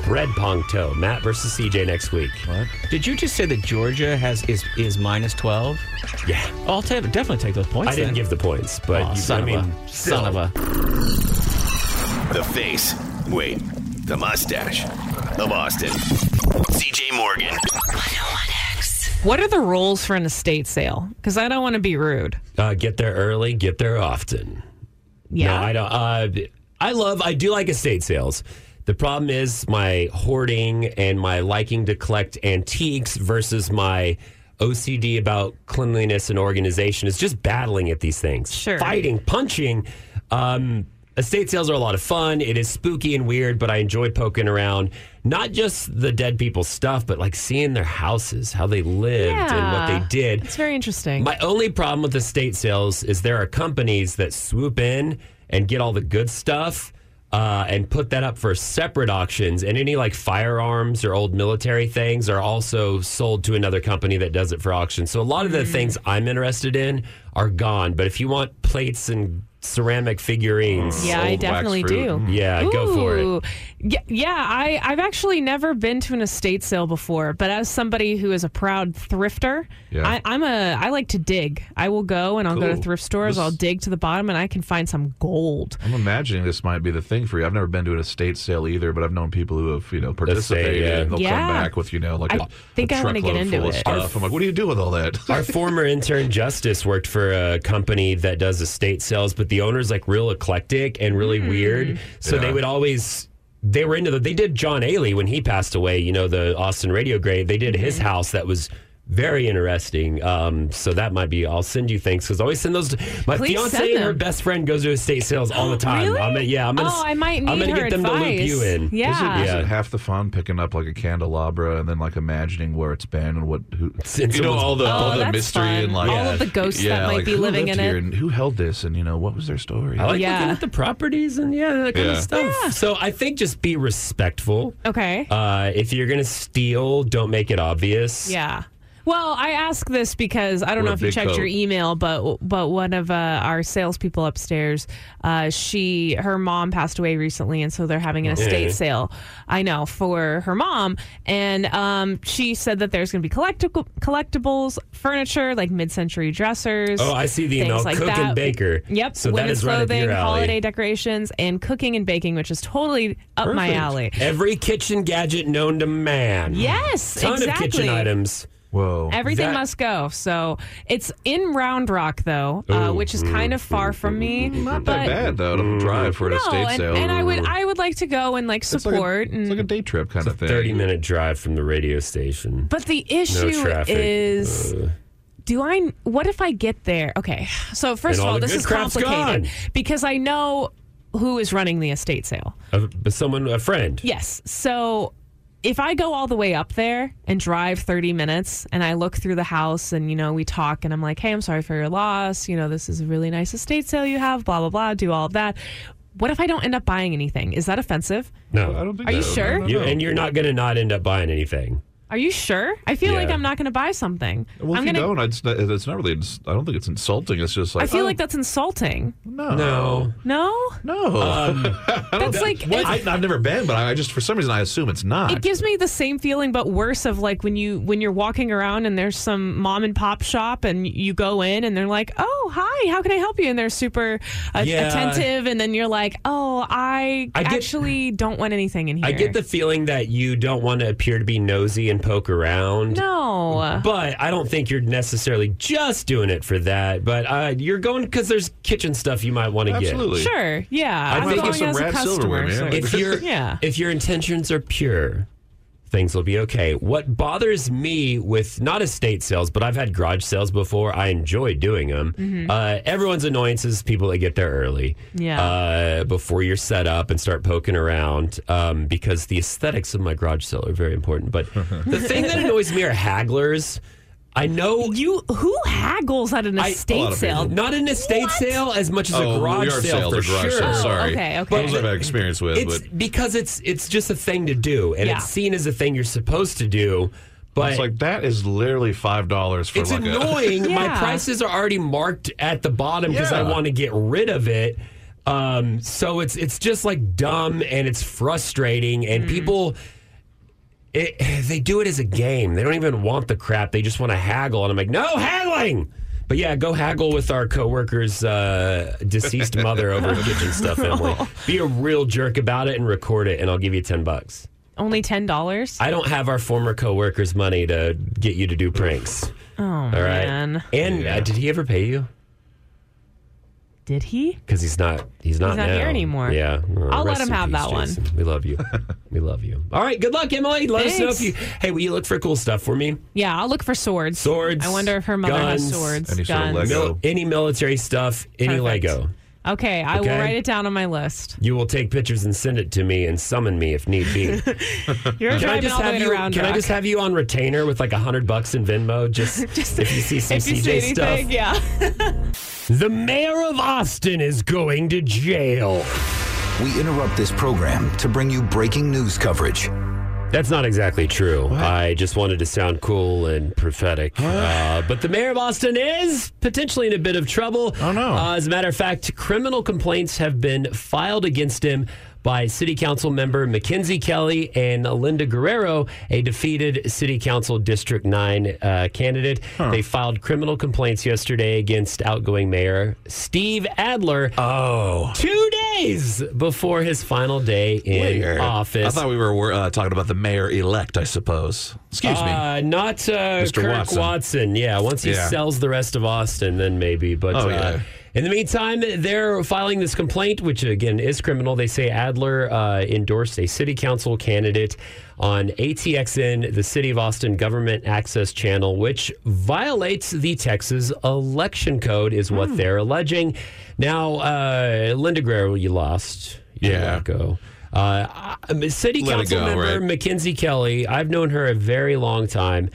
Speaker 2: Bread pong toe. Matt versus CJ next week. What?
Speaker 5: Did you just say that Georgia has is is minus twelve?
Speaker 2: Yeah.
Speaker 5: I'll ta- definitely take those points.
Speaker 2: I didn't
Speaker 5: then.
Speaker 2: give the points, but
Speaker 5: Aw,
Speaker 2: you,
Speaker 5: son
Speaker 2: I mean,
Speaker 5: of a son
Speaker 2: still.
Speaker 5: of a.
Speaker 6: The face. Wait, the mustache of Austin. CJ Morgan.
Speaker 8: 101X.
Speaker 4: What are the rules for an estate sale? Because I don't want to be rude.
Speaker 2: Uh, get there early, get there often.
Speaker 4: Yeah.
Speaker 2: No, I don't. Uh, I love, I do like estate sales. The problem is my hoarding and my liking to collect antiques versus my OCD about cleanliness and organization is just battling at these things.
Speaker 4: Sure.
Speaker 2: Fighting, punching. Um, estate sales are a lot of fun. It is spooky and weird, but I enjoy poking around. Not just the dead people's stuff, but like seeing their houses, how they lived and what
Speaker 4: Yeah.
Speaker 2: they did.
Speaker 4: It's very interesting.
Speaker 2: My only problem with estate sales is there are companies that swoop in and get all the good stuff uh, and put that up for separate auctions. And any like firearms or old military things are also sold to another company that does it for auction. So a lot of the
Speaker 4: Hmm.
Speaker 2: things I'm interested in are gone. But if you want plates and ceramic figurines,
Speaker 4: yeah, I
Speaker 3: Old wax
Speaker 4: definitely
Speaker 3: fruit.
Speaker 4: do.
Speaker 3: Mm.
Speaker 2: yeah, Uh, go for it.
Speaker 4: Ooh. Y- Yeah, I, I've actually never been to an estate sale before, but as somebody who is a proud thrifter,
Speaker 3: Yeah.
Speaker 4: I, I'm a I like to dig. I will go and I'll go to
Speaker 3: Cool.
Speaker 4: thrift stores.
Speaker 3: This-
Speaker 4: I'll dig to the bottom and I can find some gold.
Speaker 3: I'm imagining this might be the thing for you. I've never been to an estate sale either, but I've known people who have you know participated.
Speaker 2: yeah.
Speaker 3: and They'll
Speaker 4: Yeah.
Speaker 3: come back with you know like
Speaker 4: I
Speaker 3: a
Speaker 4: think
Speaker 3: a
Speaker 4: I wanna get
Speaker 3: truckload
Speaker 4: into
Speaker 3: full of
Speaker 4: it.
Speaker 3: Stuff. I'm like, what do you do with all that?
Speaker 2: Our former intern Justice worked for a company that does estate sales, but the owner's like real eclectic and really
Speaker 4: Hmm.
Speaker 2: weird. So they
Speaker 3: Yeah.
Speaker 2: would always they were into the they did John Ailey when he passed away, you know, the Austin radio grade. They did
Speaker 4: Mm-hmm.
Speaker 2: his house that was very interesting. Um, so that might be I'll send you things because I always send those to my
Speaker 4: Please
Speaker 2: fiance
Speaker 4: send
Speaker 2: and her
Speaker 4: them.
Speaker 2: best friend goes to estate sales all the time.
Speaker 4: Really?
Speaker 2: I'm gonna- yeah, I'm gonna
Speaker 4: oh, I might need
Speaker 2: am gonna get
Speaker 4: her
Speaker 2: them
Speaker 4: advice.
Speaker 2: to loop you in.
Speaker 4: *laughs* Yeah.
Speaker 3: Is it
Speaker 2: Yeah.
Speaker 3: half the fun picking up like a candelabra and then like imagining where it's been and what who
Speaker 2: Since
Speaker 3: you know
Speaker 2: someone's-
Speaker 3: all the all
Speaker 4: Oh,
Speaker 3: the
Speaker 4: that's
Speaker 3: mystery
Speaker 4: fun.
Speaker 3: and like
Speaker 4: All of the ghosts
Speaker 3: yeah,
Speaker 4: that might
Speaker 3: like,
Speaker 4: be
Speaker 3: who
Speaker 4: living
Speaker 3: lived
Speaker 4: in
Speaker 3: here
Speaker 4: it.
Speaker 3: and who held this and you know what was their story.
Speaker 2: I like
Speaker 4: Yeah.
Speaker 2: looking at the properties and yeah, that kind
Speaker 3: Yeah.
Speaker 2: of stuff. So I think just be respectful.
Speaker 4: Okay.
Speaker 2: Uh, if you're gonna steal, don't make it obvious.
Speaker 4: Yeah. Well, I ask this because I don't
Speaker 3: Or
Speaker 4: know
Speaker 3: a
Speaker 4: if you
Speaker 3: big
Speaker 4: checked your
Speaker 3: coat.
Speaker 4: email, but but one of uh, our salespeople upstairs, uh, she her mom passed away recently, and so they're having an estate
Speaker 2: Okay.
Speaker 4: sale. I know for her mom, and um, she said that there's going to be collectible collectibles, furniture like mid-century dressers.
Speaker 2: Oh, I see the email.
Speaker 4: things like
Speaker 2: Cook
Speaker 4: that.
Speaker 2: and baker.
Speaker 4: Yep,
Speaker 2: So that
Speaker 4: women's
Speaker 2: is right up
Speaker 4: clothing,
Speaker 2: your alley.
Speaker 4: holiday decorations, and cooking and baking, which is totally up my
Speaker 3: Perfect.
Speaker 4: alley.
Speaker 2: Every kitchen gadget known to man.
Speaker 4: Yes,
Speaker 2: Ton
Speaker 4: exactly.
Speaker 2: of kitchen items.
Speaker 3: Whoa.
Speaker 4: Everything
Speaker 2: That-
Speaker 4: must go. So it's in Round Rock, though, uh,
Speaker 2: Ooh.
Speaker 4: which is kind of far from me.
Speaker 3: Not
Speaker 4: but
Speaker 3: that bad though to
Speaker 2: Mm.
Speaker 3: drive for an
Speaker 4: No,
Speaker 3: estate
Speaker 4: and,
Speaker 3: sale.
Speaker 4: and I would I would like to go and like
Speaker 3: It's like a-
Speaker 4: support.
Speaker 3: It's
Speaker 4: and,
Speaker 3: like a day trip kind of thing.
Speaker 2: Thirty minute drive from the radio station.
Speaker 4: but the issue
Speaker 2: traffic.
Speaker 4: is. Do I? What if I get there? Okay, so
Speaker 2: And
Speaker 4: first of
Speaker 2: all
Speaker 4: all,
Speaker 2: the
Speaker 4: this
Speaker 2: good
Speaker 4: is
Speaker 2: crap's
Speaker 4: complicated
Speaker 2: gone.
Speaker 4: because I know who is running the estate sale.
Speaker 2: Uh, but someone, a friend.
Speaker 4: Yes. So if I go all the way up there and drive 30 minutes and I look through the house and, you know, we talk and I'm like, hey, I'm sorry for your loss. You know, this is a really nice estate sale you have, blah, blah, blah, do all of that. What if I don't end up buying anything? Is that offensive?
Speaker 2: No.
Speaker 3: I don't think
Speaker 4: Are you
Speaker 3: so.
Speaker 4: sure?
Speaker 3: No, no,
Speaker 2: You,
Speaker 3: no.
Speaker 2: and you're not going to not end up buying anything.
Speaker 4: Are you sure? I feel like
Speaker 2: Yeah.
Speaker 4: I'm not going to buy something.
Speaker 3: Well, if
Speaker 4: I'm
Speaker 3: you
Speaker 4: gonna-
Speaker 3: don't, it's not, it's not really. ins- I don't think it's insulting. It's just like
Speaker 4: I feel
Speaker 3: oh,
Speaker 4: like that's insulting.
Speaker 3: no, Um,
Speaker 2: No.
Speaker 4: No?
Speaker 3: no.
Speaker 4: That's like. it's-
Speaker 3: I, *laughs* I've never been, but I, I just for some reason I assume it's not.
Speaker 4: it gives me the same feeling but worse of like when you when you're walking around and there's some mom and pop shop and you go in and they're like oh hi how can i help you and they're super uh,
Speaker 2: Yeah.
Speaker 4: attentive and then you're like oh i,
Speaker 2: I get-
Speaker 4: actually don't want anything in here
Speaker 2: I get the feeling that you don't want to appear to be nosy and poke around.
Speaker 4: no
Speaker 2: But I don't think you're necessarily just doing it for that. But uh, you're going because there's kitchen stuff you might want to get.
Speaker 3: Absolutely.
Speaker 4: sure yeah
Speaker 2: I
Speaker 4: i'm
Speaker 2: think
Speaker 4: going
Speaker 2: it's
Speaker 3: some
Speaker 4: as a
Speaker 3: rad
Speaker 4: customer
Speaker 3: silverware, man.
Speaker 4: so-
Speaker 3: Like,
Speaker 2: if your
Speaker 4: *laughs* Yeah.
Speaker 2: if your intentions are pure, things will be okay. What bothers me with not estate sales, but I've had garage sales before. I enjoy doing them. Uh, everyone's annoyance is people that get there early,
Speaker 4: Mm-hmm. Yeah.
Speaker 2: uh, before you're set up and start poking around, um,
Speaker 4: *laughs*
Speaker 2: because the aesthetics of my garage sale are very important. But the thing that annoys me are hagglers. I know
Speaker 4: You who haggles at an
Speaker 2: I- a
Speaker 4: estate
Speaker 3: lot of people.
Speaker 4: sale?
Speaker 2: not an estate sale as much as a garage
Speaker 3: Oh,
Speaker 2: sale
Speaker 3: yard sales
Speaker 2: for
Speaker 3: are garage
Speaker 2: sure.
Speaker 3: sales,
Speaker 4: Oh,
Speaker 3: Sorry,
Speaker 4: okay, okay.
Speaker 3: Those I've had experience with.
Speaker 2: It's
Speaker 3: but
Speaker 2: because it's it's just a thing to do, and
Speaker 4: Yeah.
Speaker 2: it's seen as a thing you're supposed to do. But
Speaker 3: it's like that is literally five dollars for
Speaker 2: it's
Speaker 3: like *laughs* a.
Speaker 2: annoying. My
Speaker 4: Yeah.
Speaker 2: prices are already marked at the bottom because I
Speaker 3: Yeah.
Speaker 2: want to get rid of it. Um, so it's it's just like dumb and it's frustrating and people. It, *sighs* they do it as a game. They don't even want the crap. They just want to haggle, and I'm like, no haggling. But yeah, go haggle with our coworker's uh, deceased mother
Speaker 3: *laughs*
Speaker 2: over at Kitchen Stuff Emily. Be a real jerk about it and record it, and I'll give you ten bucks.
Speaker 4: Only ten dollars.
Speaker 2: I don't have our former coworker's money to get you to do pranks.
Speaker 4: Oh
Speaker 2: All right.
Speaker 4: man,
Speaker 2: And
Speaker 3: Yeah.
Speaker 2: uh, did he ever pay you?
Speaker 4: did he?
Speaker 2: Because he's not. He's not.
Speaker 4: not
Speaker 2: now.
Speaker 4: here anymore.
Speaker 2: Yeah. Uh,
Speaker 4: I'll let
Speaker 2: rest
Speaker 4: him
Speaker 2: in
Speaker 4: have
Speaker 2: peace,
Speaker 4: that one.
Speaker 2: Jason. We love you. we love you. All right. Good luck, Emily. Let us know if
Speaker 4: Thanks.
Speaker 2: you. Hey, will you look for cool stuff for me?
Speaker 4: Yeah, I'll look for swords.
Speaker 2: Swords,
Speaker 4: I wonder if her mother has
Speaker 2: guns,
Speaker 4: swords.
Speaker 3: any sort of
Speaker 4: guns.
Speaker 3: Lego.
Speaker 2: Mil- any military stuff. Any
Speaker 4: Perfect.
Speaker 2: Lego.
Speaker 4: Okay, I
Speaker 2: Okay.
Speaker 4: will write it down on my list.
Speaker 2: You will take pictures and send it to me and summon me if need
Speaker 4: *laughs*
Speaker 2: be.
Speaker 4: You're
Speaker 2: Can I
Speaker 4: driving
Speaker 2: just
Speaker 4: all the
Speaker 2: have
Speaker 4: way
Speaker 2: you?
Speaker 4: to Round
Speaker 2: can I
Speaker 4: Rock.
Speaker 2: just have you on retainer with like a hundred bucks in Venmo?
Speaker 4: *laughs*
Speaker 2: Just, if you see some
Speaker 4: if you
Speaker 2: CJ
Speaker 4: see
Speaker 2: stuff.
Speaker 4: anything, yeah.
Speaker 2: The mayor of Austin is going to jail.
Speaker 9: We interrupt this program to bring you breaking news coverage.
Speaker 2: That's not exactly true. I just wanted to sound cool and prophetic. Uh, but the mayor of Austin is potentially in a bit of trouble.
Speaker 3: Oh, no.
Speaker 2: Uh, as a matter of fact, criminal complaints have been filed against him by city council member Mackenzie Kelly and Linda Guerrero, a defeated city council District 9 uh, candidate. They filed criminal complaints yesterday against outgoing mayor Steve Adler
Speaker 3: Oh,
Speaker 2: two days before his final day in
Speaker 3: weird.
Speaker 2: office.
Speaker 3: I thought we were uh, talking about the mayor elect. I suppose. Excuse me.
Speaker 2: Uh, not uh,
Speaker 3: Mr.
Speaker 2: Kirk Watson.
Speaker 3: Watson.
Speaker 2: Yeah, once he
Speaker 3: Yeah.
Speaker 2: sells the rest of Austin, then maybe. But uh,
Speaker 3: Oh, yeah.
Speaker 2: in the meantime, they're filing this complaint, which again is criminal. They say Adler uh, endorsed a city council candidate on ATXN, the City of Austin Government Access Channel, which violates the Texas election code, is
Speaker 3: Hmm.
Speaker 2: what they're alleging. Now, uh, Linda Guerrero, you lost. You
Speaker 3: Yeah.
Speaker 2: let Go. Uh, I- city
Speaker 3: Let it
Speaker 2: council
Speaker 3: go,
Speaker 2: member
Speaker 3: right?
Speaker 2: Mackenzie Kelly, I've known her a very long time.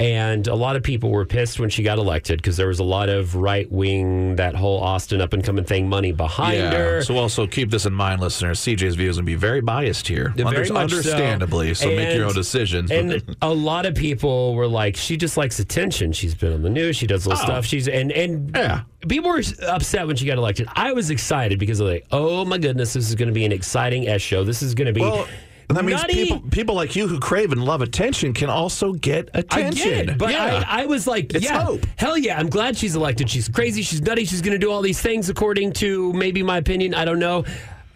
Speaker 2: And a lot of people were pissed when she got elected because there was a lot of right wing, that whole Austin up and coming thing money behind her.
Speaker 3: So also keep this in mind, listeners. CJ's views will be very biased here.
Speaker 2: Yeah, very
Speaker 3: Under-
Speaker 2: much so.
Speaker 3: understandably, so, make your
Speaker 2: And-
Speaker 3: own decisions.
Speaker 2: And a lot of people were like, "She just likes attention. She's been on the news. She does little stuff. She's and and
Speaker 3: *laughs* Oh. Yeah.
Speaker 2: people were upset when she got elected. I was excited because like, oh my goodness, this is going to be an exciting S show. This is going to be
Speaker 3: well, that means
Speaker 2: nutty.
Speaker 3: people, people like you who crave and love attention can also get
Speaker 2: I
Speaker 3: attention.
Speaker 2: get it, but
Speaker 3: yeah.
Speaker 2: I, I was like,
Speaker 3: It's
Speaker 2: yeah,
Speaker 3: hope.
Speaker 2: hell yeah, I'm glad she's elected. She's crazy, she's nutty, she's going to do all these things according to maybe my opinion. I don't know.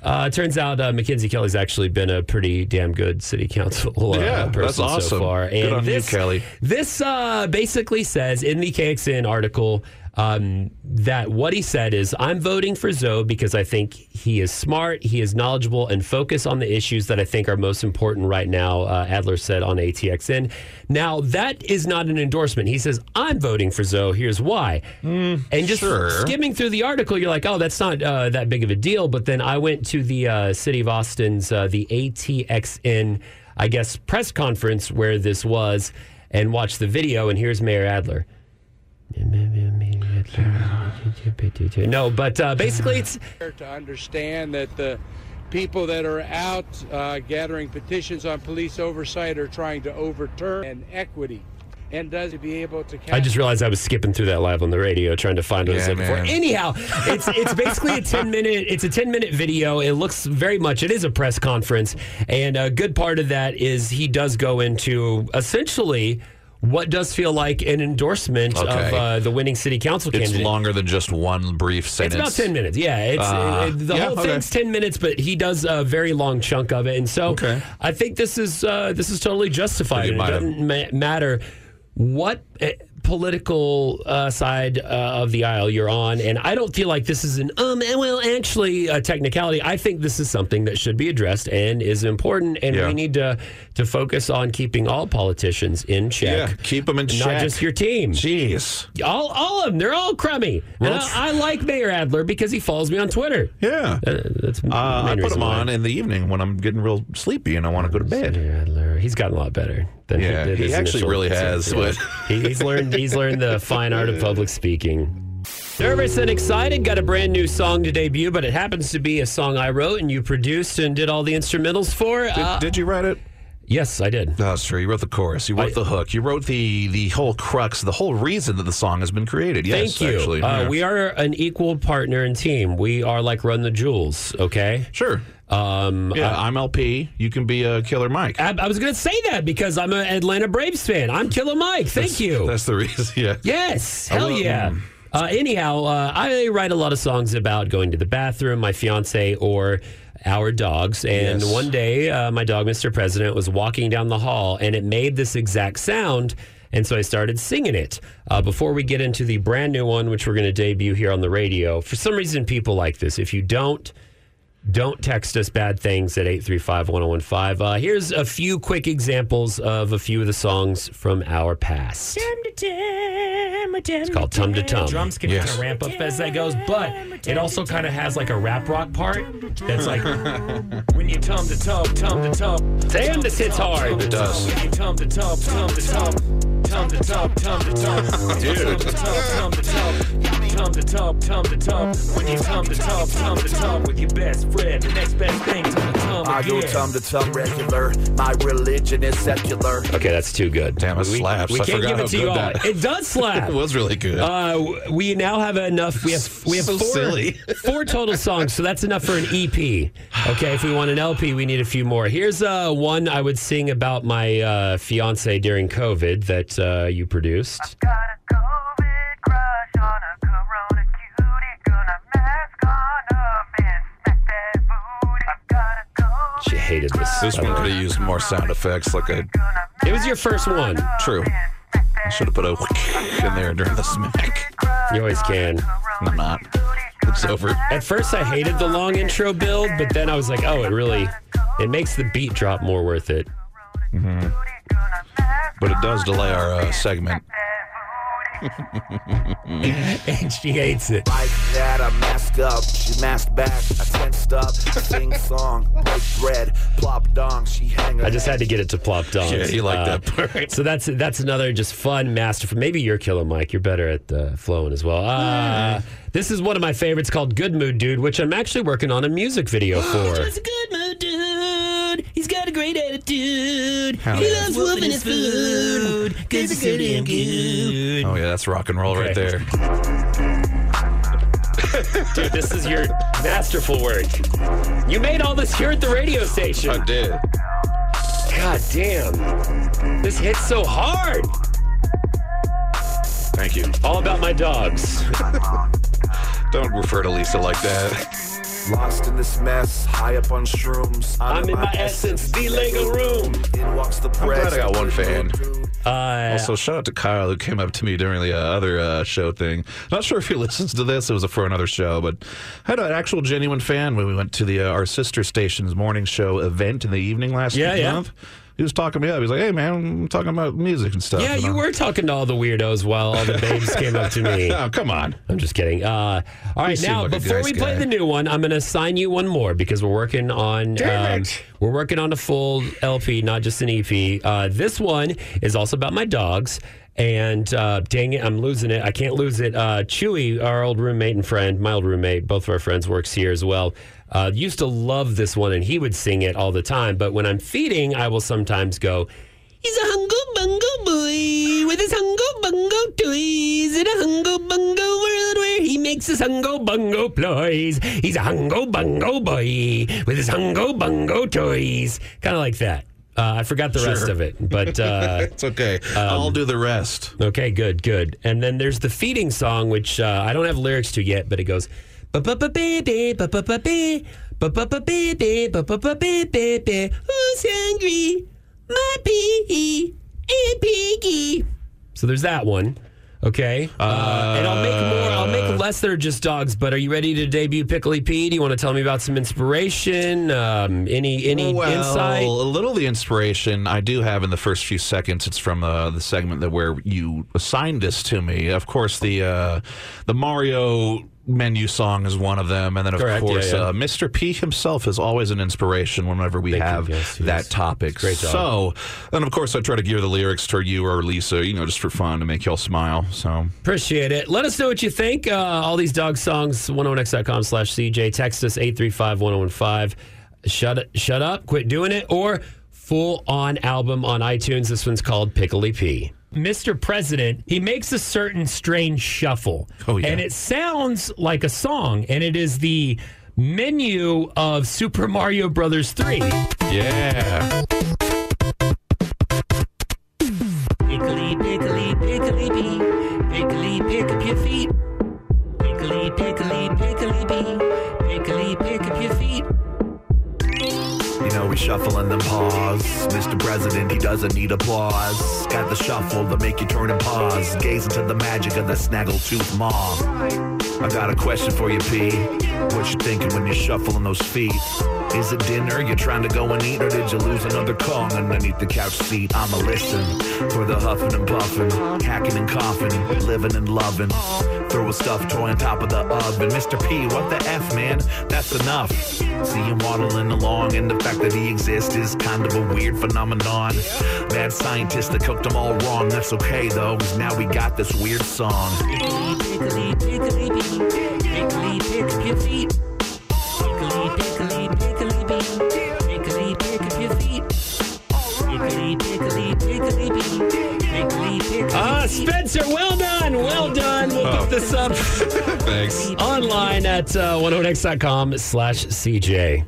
Speaker 2: Uh, it turns out uh, Mackenzie Kelly's actually been a pretty damn good city council *laughs* uh,
Speaker 3: Yeah,
Speaker 2: person
Speaker 3: that's
Speaker 2: so
Speaker 3: awesome.
Speaker 2: far.
Speaker 3: Good on you,
Speaker 2: this,
Speaker 3: Kelly.
Speaker 2: This uh, basically says in the KXN article um, that what he said is, I'm voting for Zoe because I think he is smart, he is knowledgeable, and focus on the issues that I think are most important right now, uh, Adler said on ATXN. Now, that is not an endorsement. He says, I'm voting for Zoe. Here's why. and just
Speaker 3: sure.
Speaker 2: skimming through the article, you're like, oh, that's not uh, that big of a deal. But then I went to the uh, city of Austin's, uh, the ATXN, I guess, press conference where this was and watched the video. And here's Mayor Adler. No, but uh, basically, it's
Speaker 10: to understand that the people that are out uh, gathering petitions on police oversight are trying to overturn an equity and does be able to
Speaker 2: I just realized I was skipping through that live on the radio trying to find what I
Speaker 3: Yeah,
Speaker 2: said before.
Speaker 3: man.
Speaker 2: Anyhow, it's it's basically a
Speaker 3: *laughs*
Speaker 2: ten minute it's a ten minute video. It looks very much it is a press conference, and a good part of that is he does go into essentially what does feel like an endorsement of
Speaker 3: Okay.
Speaker 2: uh, the winning city council
Speaker 3: it's
Speaker 2: candidate.
Speaker 3: longer than just one brief
Speaker 2: It's
Speaker 3: sentence.
Speaker 2: about ten minutes. Yeah, it's
Speaker 3: Ah.
Speaker 2: it- the
Speaker 3: Yeah,
Speaker 2: whole
Speaker 3: okay.
Speaker 2: thing's ten minutes, but he does a very long chunk of it, and so
Speaker 3: Okay.
Speaker 2: I think this is uh, this is totally justified.
Speaker 3: Pretty
Speaker 2: and It
Speaker 3: mild.
Speaker 2: doesn't ma- matter what uh, political uh, side uh, of the aisle you're on, and I don't feel like this is an um. eh, Well, actually, a technicality. I think this is something that should be addressed and is important, and
Speaker 3: Yeah.
Speaker 2: we need to to focus on keeping all politicians in check.
Speaker 3: Yeah, keep 'em in
Speaker 2: Not
Speaker 3: check.
Speaker 2: just your team.
Speaker 3: Jeez.
Speaker 2: All, all of them. They're all crummy. And
Speaker 3: Well,
Speaker 2: I, I like Mayor Adler because he follows me on Twitter.
Speaker 3: Yeah.
Speaker 2: Uh, that's the
Speaker 3: Uh, I
Speaker 2: main
Speaker 3: put
Speaker 2: reason
Speaker 3: them
Speaker 2: why.
Speaker 3: on in the evening when I'm getting real sleepy and I want to go to bed.
Speaker 2: Mayor Adler. He's gotten a lot better. than
Speaker 3: Yeah,
Speaker 2: he did.
Speaker 3: he
Speaker 2: his
Speaker 3: actually
Speaker 2: initial
Speaker 3: really has,
Speaker 2: sentence. He- he's learned. He's learned the fine
Speaker 3: *laughs*
Speaker 2: art of public speaking. Nervous and excited, got a brand new song to debut, but it happens to be a song I wrote and you produced and did all the instrumentals for.
Speaker 3: Did,
Speaker 2: Uh,
Speaker 3: did you write it?
Speaker 2: yes, I did.
Speaker 3: Oh, sure. You wrote the chorus. You wrote
Speaker 2: I-
Speaker 3: the hook. You wrote the the whole crux, the whole reason that the song has been created. Yes,
Speaker 2: Thank you.
Speaker 3: Actually,
Speaker 2: Uh,
Speaker 3: Yeah.
Speaker 2: We are an equal partner and team. We are like Run the Jewels, okay?
Speaker 3: sure.
Speaker 2: Um,
Speaker 3: Yeah, I'm LP. You can be a Killer Mike.
Speaker 2: I, I was going to say that because I'm an Atlanta Braves fan. I'm Killer Mike. Thank you.
Speaker 3: That's the reason. *laughs* Yeah.
Speaker 2: Yes. Hell
Speaker 3: love-
Speaker 2: yeah.
Speaker 3: Mm.
Speaker 2: Uh, anyhow, uh, I write a lot of songs about going to the bathroom, my fiance, or our dogs. And
Speaker 3: Yes.
Speaker 2: one day, uh, my dog, Mr. President, was walking down the hall and it made this exact sound. And so I started singing it. Uh, before we get into the brand new one, which we're going to debut here on the radio, for some reason, people like this. If you don't, don't text us bad things at 835 1015. Uh, here's a few quick examples of a few of the songs from our past. It's called Tum to Tum. Drums can
Speaker 3: Yes.
Speaker 2: kind of ramp up as that goes, but it also kind of has like a rap rock part that's like when you tum to tum, tum to tum. Damn, this hits hard.
Speaker 3: It does.
Speaker 2: When you tum to tum, tum to tum. Tum to tum, tum to tum. Dude. Tum to tum, tum to tum. Tum to tum, when you tum to tum, tum to tum with your best friend. The next best thing, tum to tum.
Speaker 11: I go
Speaker 2: again.
Speaker 11: tum to tum regular. My religion is secular.
Speaker 2: Okay, that's too good.
Speaker 3: Damn, it
Speaker 2: we,
Speaker 3: slaps.
Speaker 2: We
Speaker 3: I
Speaker 2: can't
Speaker 3: forgot
Speaker 2: give it
Speaker 3: how
Speaker 2: to you
Speaker 3: good
Speaker 2: all.
Speaker 3: that-
Speaker 2: It
Speaker 3: *laughs*
Speaker 2: does slap.
Speaker 3: It was really good.
Speaker 2: Uh, w- we now have enough. We have we have
Speaker 3: So
Speaker 2: four
Speaker 3: silly.
Speaker 2: *laughs* four total songs, so that's enough for an EP. Okay, if we want an LP, we need a few more. Here's uh, one I would sing about my uh, fiance during COVID that uh, you produced.
Speaker 8: Got a COVID crush on a corona cutie. Gonna mask on up and smack that booty. I've got a COVID
Speaker 2: She hated this.
Speaker 3: this one could have used more sound effects. Like I
Speaker 2: It was your first one.
Speaker 3: true. I should have put a *laughs* in there during the smack.
Speaker 2: You always can.
Speaker 3: I'm not. It's over.
Speaker 2: At first, I hated the long intro build, but then I was like, oh, it really it makes the beat drop more worth it. *laughs*
Speaker 3: But it does delay our uh, segment.
Speaker 2: And she hates it.
Speaker 11: Like that, I mask up. She masked back. I tensed up. Sing song. *laughs* Break bread. Plop dong. She hang her
Speaker 2: I just had to get it to plop down.
Speaker 3: Yeah, you like that part.
Speaker 2: So that's that's another just fun masterful. Maybe you're killer, Mike. You're better at uh, flowing as well. Uh,
Speaker 5: Hmm.
Speaker 2: This is one of my favorites called "Good Mood Dude," which I'm actually working on a music
Speaker 5: *gasps*
Speaker 2: video for.
Speaker 5: a good mood, dude. He's got a great attitude.
Speaker 3: Hell He yeah. loves
Speaker 5: whooping his food. Cause he's so damn good.
Speaker 3: Oh yeah, that's rock and roll right
Speaker 2: Okay.
Speaker 3: there.
Speaker 2: Dude, this is your masterful work. You made all this here at the radio station.
Speaker 3: did.
Speaker 2: God damn, this hits so hard.
Speaker 3: Thank you.
Speaker 2: All about my dogs.
Speaker 3: Don't refer to Lisa like that.
Speaker 11: Lost in this mess, high up on shrooms.
Speaker 2: I'm in my essence, the Lego room.
Speaker 11: In walks the press.
Speaker 3: I got one fan.
Speaker 2: Uh,
Speaker 3: Also, shout out to Kyle who came up to me during the uh, other uh, show thing. Not sure if he *laughs* listens to this. It was for another show, but I had an actual genuine fan when we went to the uh, our sister station's morning show event in the evening last
Speaker 2: Yeah, yeah.
Speaker 3: month. He was talking me up. He was like, "Hey, man, I'm talking about music and stuff."
Speaker 2: yeah,
Speaker 3: And
Speaker 2: you
Speaker 3: I-
Speaker 2: were talking to all the weirdos while all the babes came up to me.
Speaker 3: Oh, come on.
Speaker 2: I'm just kidding. Uh, all right,
Speaker 3: seem
Speaker 2: now
Speaker 3: like a
Speaker 2: before
Speaker 3: nice
Speaker 2: we play
Speaker 3: guy.
Speaker 2: the new one, I'm going to assign you one more because we're working on
Speaker 3: Damn
Speaker 2: um,
Speaker 3: it.
Speaker 2: we're working on a full LP, not just an EP. Uh, this one is also about my dogs. And uh, dang it, I'm losing it. I can't lose it. Uh, Chewy, our old roommate and friend, my old roommate, both of our friends works here as well. Uh, used to love this one, and he would sing it all the time. But when I'm feeding, I will sometimes go. He's a hungo bungo boy with his hungo bungo toys in a hungo bungo world where he makes his hungo bungo ploys. He's a hungo bungo boy with his hungo bungo toys. Kind of like that. Uh, I forgot the rest
Speaker 3: Sure.
Speaker 2: of it, but uh,
Speaker 3: It's okay. I'll do the rest.
Speaker 2: Okay, good, good. And then there's the feeding song, which uh, I don't have lyrics to yet, but it goes. "Ba-ba-ba-ba-ba, ba-ba-ba-ba, ba-ba-ba-ba-ba, ba-ba-ba-ba-ba. Who's hungry? My piggy and piggy. So there's that one. Okay. Uh, and I'll make more. I'll make less that are just dogs. But are you ready to debut Pickly P? Do you want to tell me about some inspiration? Um, any any
Speaker 3: well,
Speaker 2: insight?
Speaker 3: a little of the inspiration I do have in the first few seconds. It's from uh, the segment that where you assigned this to me. Of course, the uh, the Mario menu song is one of them, and then of
Speaker 2: Correct,
Speaker 3: course,
Speaker 2: yeah, yeah.
Speaker 3: Uh, Mr. P himself is always an inspiration whenever we have that topic.
Speaker 2: Great job.
Speaker 3: So, and of course, I try to gear the lyrics toward you or Lisa, you know, just for fun to make y'all smile. So.
Speaker 2: Appreciate it. Let us know what you think. Uh, all these dog songs, 101x.com slash CJ. Text us 835-1015. Shut, shut up, quit doing it, or full on album on iTunes. This one's called Pickly P. Mr. President, he makes a certain strange shuffle.
Speaker 3: Oh, yeah.
Speaker 2: And it sounds like a song, and it is the menu of Super Mario Brothers 3.
Speaker 3: Yeah.
Speaker 12: Pickly, pickly, pickly bee. Pickly, pick up your feet. Pickly, pickly, pickly bee. Pickly, pick up your feet.
Speaker 11: You know, we shuffling them paws. Mr. President, he doesn't need applause. Got the shuffle to make you turn and pause. Gaze into the magic of the snaggletooth mom. I got a question for you, P. What you thinking when you're shuffling those feet? Is it dinner you're trying to go and eat, or did you lose another Kong underneath the couch seat? I'ma listen for the huffing and puffing, hacking and coughing, living and loving. Throw a stuffed toy on top of the oven. Mr. P, what the F, man? That's enough. See him waddling along, and the fact that he exists is kind of a weird phenomenon. Mad scientists that cooked them all wrong. That's okay, though, 'cause now we got this weird song.
Speaker 12: Pickly, pickly bee. Pickly, pick up your feet. Pickly, pickly, pickly bee. Pickly, pick up your feet. Pickly, pickly, pickly bee. Pickly, pick up
Speaker 2: Ah,
Speaker 12: your feet.
Speaker 2: Spencer, well done. Well done. We'll
Speaker 12: Oh.
Speaker 2: put this up.
Speaker 3: Thanks.
Speaker 2: Online at uh, 101x.com slash CJ.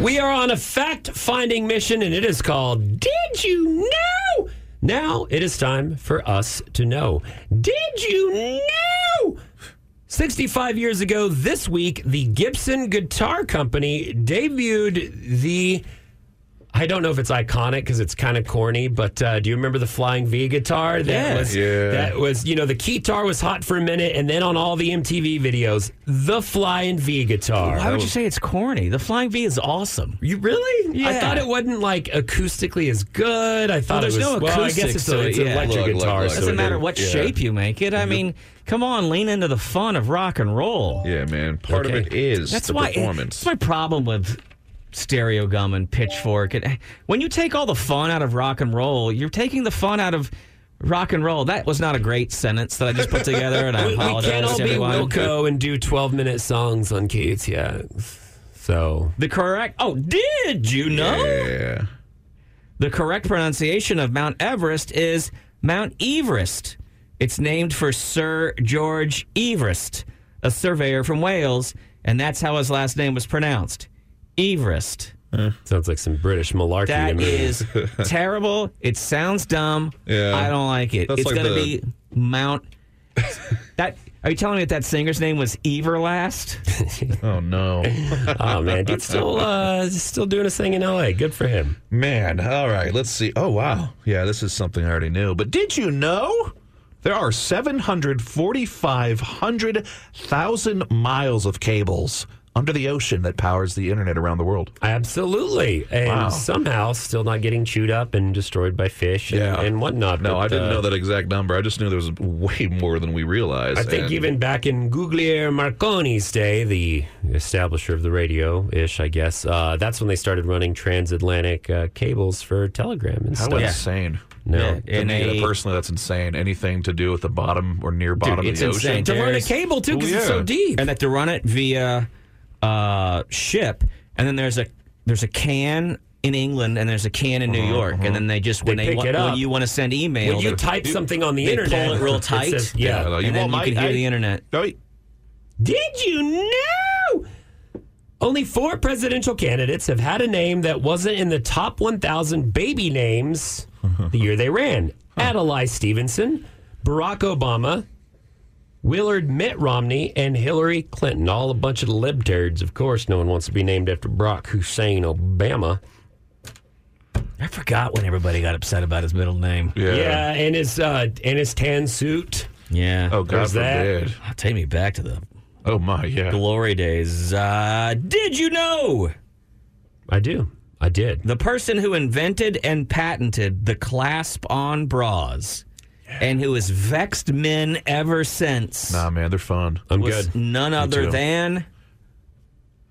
Speaker 2: We are on a fact finding mission, and it is called Did You Know? Now it is time for us to know. Did you know? 65 years ago this week, the Gibson Guitar Company debuted the. I don't know if it's iconic because it's kind of corny, but uh, do you remember the Flying V guitar? That
Speaker 5: Yeah.
Speaker 2: was
Speaker 5: Yeah.
Speaker 2: that was you know the guitar was hot for a minute, and then on all the MTV videos, the Flying V guitar.
Speaker 5: Why would you say it's corny? The Flying V is awesome.
Speaker 2: You really? I
Speaker 5: Yeah.
Speaker 2: thought it wasn't like acoustically as good. I thought it
Speaker 5: Well, there's
Speaker 2: was,
Speaker 5: no acoustic.
Speaker 2: Well, I guess it's,
Speaker 5: so
Speaker 2: a, it's
Speaker 5: yeah.
Speaker 2: an electric guitar. so
Speaker 5: It doesn't matter what
Speaker 2: yeah.
Speaker 5: shape you make it. I mean, come on, lean into the fun of rock and roll.
Speaker 3: Yeah, man. Part of it is the performance.
Speaker 5: That's my problem with stereo gum and pitchfork. It, when you take all the fun out of rock and roll, you're taking the fun out of rock and roll. That was not a great sentence that I just put together, and I
Speaker 2: *laughs* we, we
Speaker 5: apologize
Speaker 2: can't all
Speaker 5: to
Speaker 2: be
Speaker 5: everyone.
Speaker 2: Wilco and do 12 minute songs on KTX. So
Speaker 5: The correct. Oh, did you know?
Speaker 3: Yeah.
Speaker 5: The correct pronunciation of Mount Everest is Mount Everest. It's named for Sir George Everest, a surveyor from Wales, and that's how his last name was pronounced. Everest.
Speaker 2: sounds like some British malarkey. to
Speaker 5: That
Speaker 2: me. *laughs*
Speaker 5: is terrible. It sounds dumb.
Speaker 2: Yeah.
Speaker 5: I don't like it.
Speaker 2: That's
Speaker 5: it's
Speaker 2: like
Speaker 5: gonna
Speaker 2: the-
Speaker 5: be Mount. *laughs* that are you telling me that that singer's name was Everlast?
Speaker 3: oh no. *laughs*
Speaker 2: oh man, dude's still uh, still doing his thing in L.A. Good for him.
Speaker 3: Man, all right, let's see. Oh, wow. Yeah, this is something I already knew. But did you know there are 745,000 miles of cables under the ocean that powers the internet around the world?
Speaker 2: Absolutely, and
Speaker 3: Wow.
Speaker 2: somehow still not getting chewed up and destroyed by fish and,
Speaker 3: Yeah.
Speaker 2: and whatnot.
Speaker 3: No,
Speaker 2: But,
Speaker 3: I didn't
Speaker 2: uh,
Speaker 3: know that exact number. I just knew there was way more than we realized.
Speaker 2: I think
Speaker 3: and-
Speaker 2: even back in Guglielmo Marconi's day, the establisher of the radio ish, I guess, uh, that's when they started running transatlantic uh, cables for telegram and
Speaker 3: How
Speaker 2: stuff.
Speaker 3: insane.
Speaker 2: No.
Speaker 3: to me, personally, that's insane. Anything to do with the bottom or near bottom
Speaker 5: Dude, it's
Speaker 3: of the
Speaker 5: insane.
Speaker 3: ocean.
Speaker 5: To learn a
Speaker 2: cable too, 'cause
Speaker 5: Well,
Speaker 2: it's so
Speaker 5: Oh, yeah.
Speaker 2: deep.
Speaker 5: and that to run it via uh, ship, and then there's a there's a can in England, and there's a can in New
Speaker 2: Uh-huh,
Speaker 5: York, and then they just when
Speaker 2: They
Speaker 5: they,
Speaker 2: pick
Speaker 5: wa-
Speaker 2: it
Speaker 5: when
Speaker 2: up.
Speaker 5: you want to send email,
Speaker 2: When you
Speaker 5: they-
Speaker 2: type something on the
Speaker 5: they
Speaker 2: internet,
Speaker 5: pull it real
Speaker 2: it
Speaker 5: tight.
Speaker 2: says- yeah.
Speaker 5: and
Speaker 2: You want
Speaker 5: then you
Speaker 2: my-
Speaker 5: can hear
Speaker 2: I-
Speaker 5: the internet.
Speaker 3: Oh,
Speaker 2: Did you know? Only four presidential candidates have had a name that wasn't in the top 1,000 baby names the year they ran Adlai Stevenson, Barack Obama, Willard Mitt Romney, and Hillary Clinton. All a bunch of libtards, of course. No one wants to be named after Barack Hussein Obama.
Speaker 5: I forgot when everybody got upset about his middle name.
Speaker 2: Yeah, and his uh, and his tan suit.
Speaker 5: Yeah.
Speaker 2: Oh, God There's that. forbid.
Speaker 5: Take me back to the
Speaker 3: oh my yeah
Speaker 5: glory days. Uh, did you know?
Speaker 2: I do. I did.
Speaker 5: The person who invented and patented the clasp-on bras and who has vexed men ever since. Nah,
Speaker 3: man, they're fun.
Speaker 5: I'm
Speaker 2: good.
Speaker 5: None
Speaker 2: Me
Speaker 5: other
Speaker 2: too.
Speaker 5: than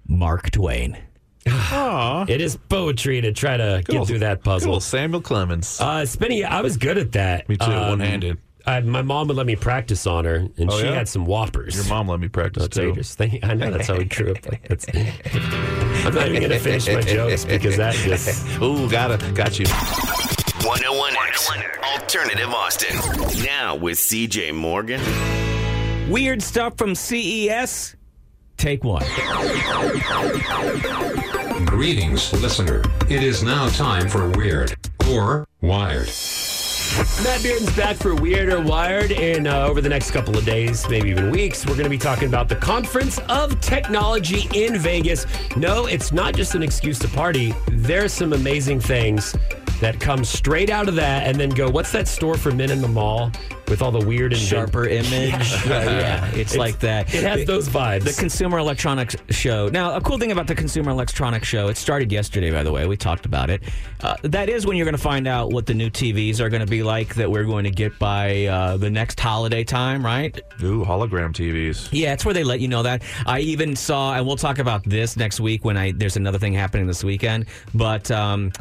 Speaker 5: Mark Twain.
Speaker 2: It is poetry to try to get through that puzzle.
Speaker 3: Samuel Clemens.
Speaker 2: Uh, Spinny, I was good at that. Um,
Speaker 3: Me too, one-handed.
Speaker 2: I, my mom would let me practice on her, and
Speaker 3: Oh,
Speaker 2: she
Speaker 3: yeah?
Speaker 2: had some whoppers.
Speaker 3: Your mom let me practice
Speaker 2: that's
Speaker 3: too.
Speaker 2: outrageous. Thank- I know that's how we grew up. Like
Speaker 3: *laughs*
Speaker 2: that's. *laughs* I'm not even gonna finish my jokes because that just.
Speaker 3: Ooh, gotta got you.
Speaker 6: 101X Alternative Austin. Now with CJ Morgan.
Speaker 5: Weird stuff from CES. Take one.
Speaker 13: Greetings, listener. It is now time for Weird or Wired.
Speaker 2: Matt Bearden's back for Weird or Wired, and uh, over the next couple of days, maybe even weeks, we're going to be talking about the Conference of Technology in Vegas. No, it's not just an excuse to party. There's some amazing things that come straight out of that, and then go, "What's that store for men in the mall with all the weird and
Speaker 5: Sharper image.
Speaker 2: *laughs* Yeah,
Speaker 5: Yeah, it's, like that.
Speaker 2: It has those vibes.
Speaker 5: The Consumer Electronics Show. Now, a cool thing about the Consumer Electronics Show, it started yesterday, by the way. We talked about it. Uh, that is when you're going to find out what the new TVs are going to be like that we're going to get by uh, the next holiday time, right?
Speaker 3: Ooh, hologram TVs.
Speaker 5: Yeah, it's where they let you know that. I even saw, and we'll talk about this next week when I there's another thing happening this weekend. But um,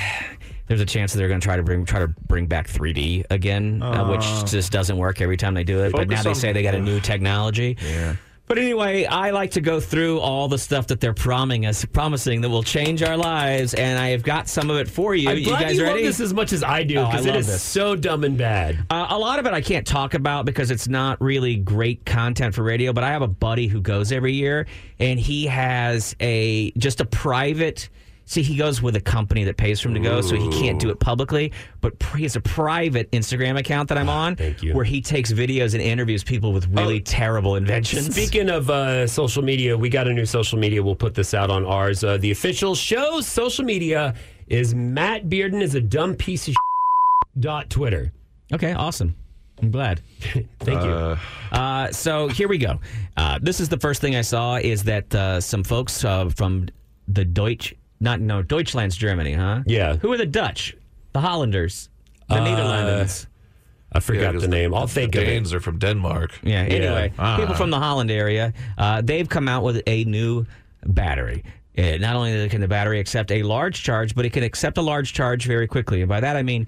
Speaker 5: *sighs* there's a chance that they're going to try to bring try to bring back 3D again, uh,
Speaker 13: Oh.
Speaker 5: which just doesn't work every time they do it. But
Speaker 13: Focus
Speaker 5: now they
Speaker 13: on-
Speaker 5: say they got a new technology. Yeah. But anyway, I like to go through all the stuff that they're promising us, promising that will change our lives, and I have got some of it for you.
Speaker 2: I'm
Speaker 5: you
Speaker 2: glad
Speaker 5: guys
Speaker 2: you love
Speaker 5: ready?
Speaker 2: this as much as I do,
Speaker 5: Oh,
Speaker 2: 'cause it
Speaker 5: love
Speaker 2: is so dumb and bad.
Speaker 5: uh, a lot of it I can't talk about because it's not really great content for radio. But I have a buddy who goes every year, and he has a just a private. See, he goes with a company that pays for him to go, so he can't do it publicly. But pr- he has a private Instagram account that I'm on, where he takes videos and interviews people with really terrible inventions.
Speaker 2: Speaking of uh, social media, we got a new social media. We'll put this out on ours. Uh, the official show's social media is Matt Bearden is a dumb piece of dot Twitter.
Speaker 5: Okay, awesome. I'm glad.
Speaker 2: Thank you.
Speaker 5: Uh, so here we go. Uh, this is the first thing I saw is that uh, some folks uh, from the Deutsch, not no Deutschland's Germany, huh? Yeah. Who are the Dutch? The Hollanders, the
Speaker 2: Uh,
Speaker 5: Netherlands.
Speaker 2: I forgot the name. I'll think
Speaker 3: the
Speaker 2: of it.
Speaker 3: Danes are from Denmark.
Speaker 5: Yeah. Anyway,
Speaker 3: Ah.
Speaker 5: people from the Holland area, uh, they've come out with a new battery. Uh, not only can the battery accept a large charge, but it can accept a large charge very quickly. And by that I mean,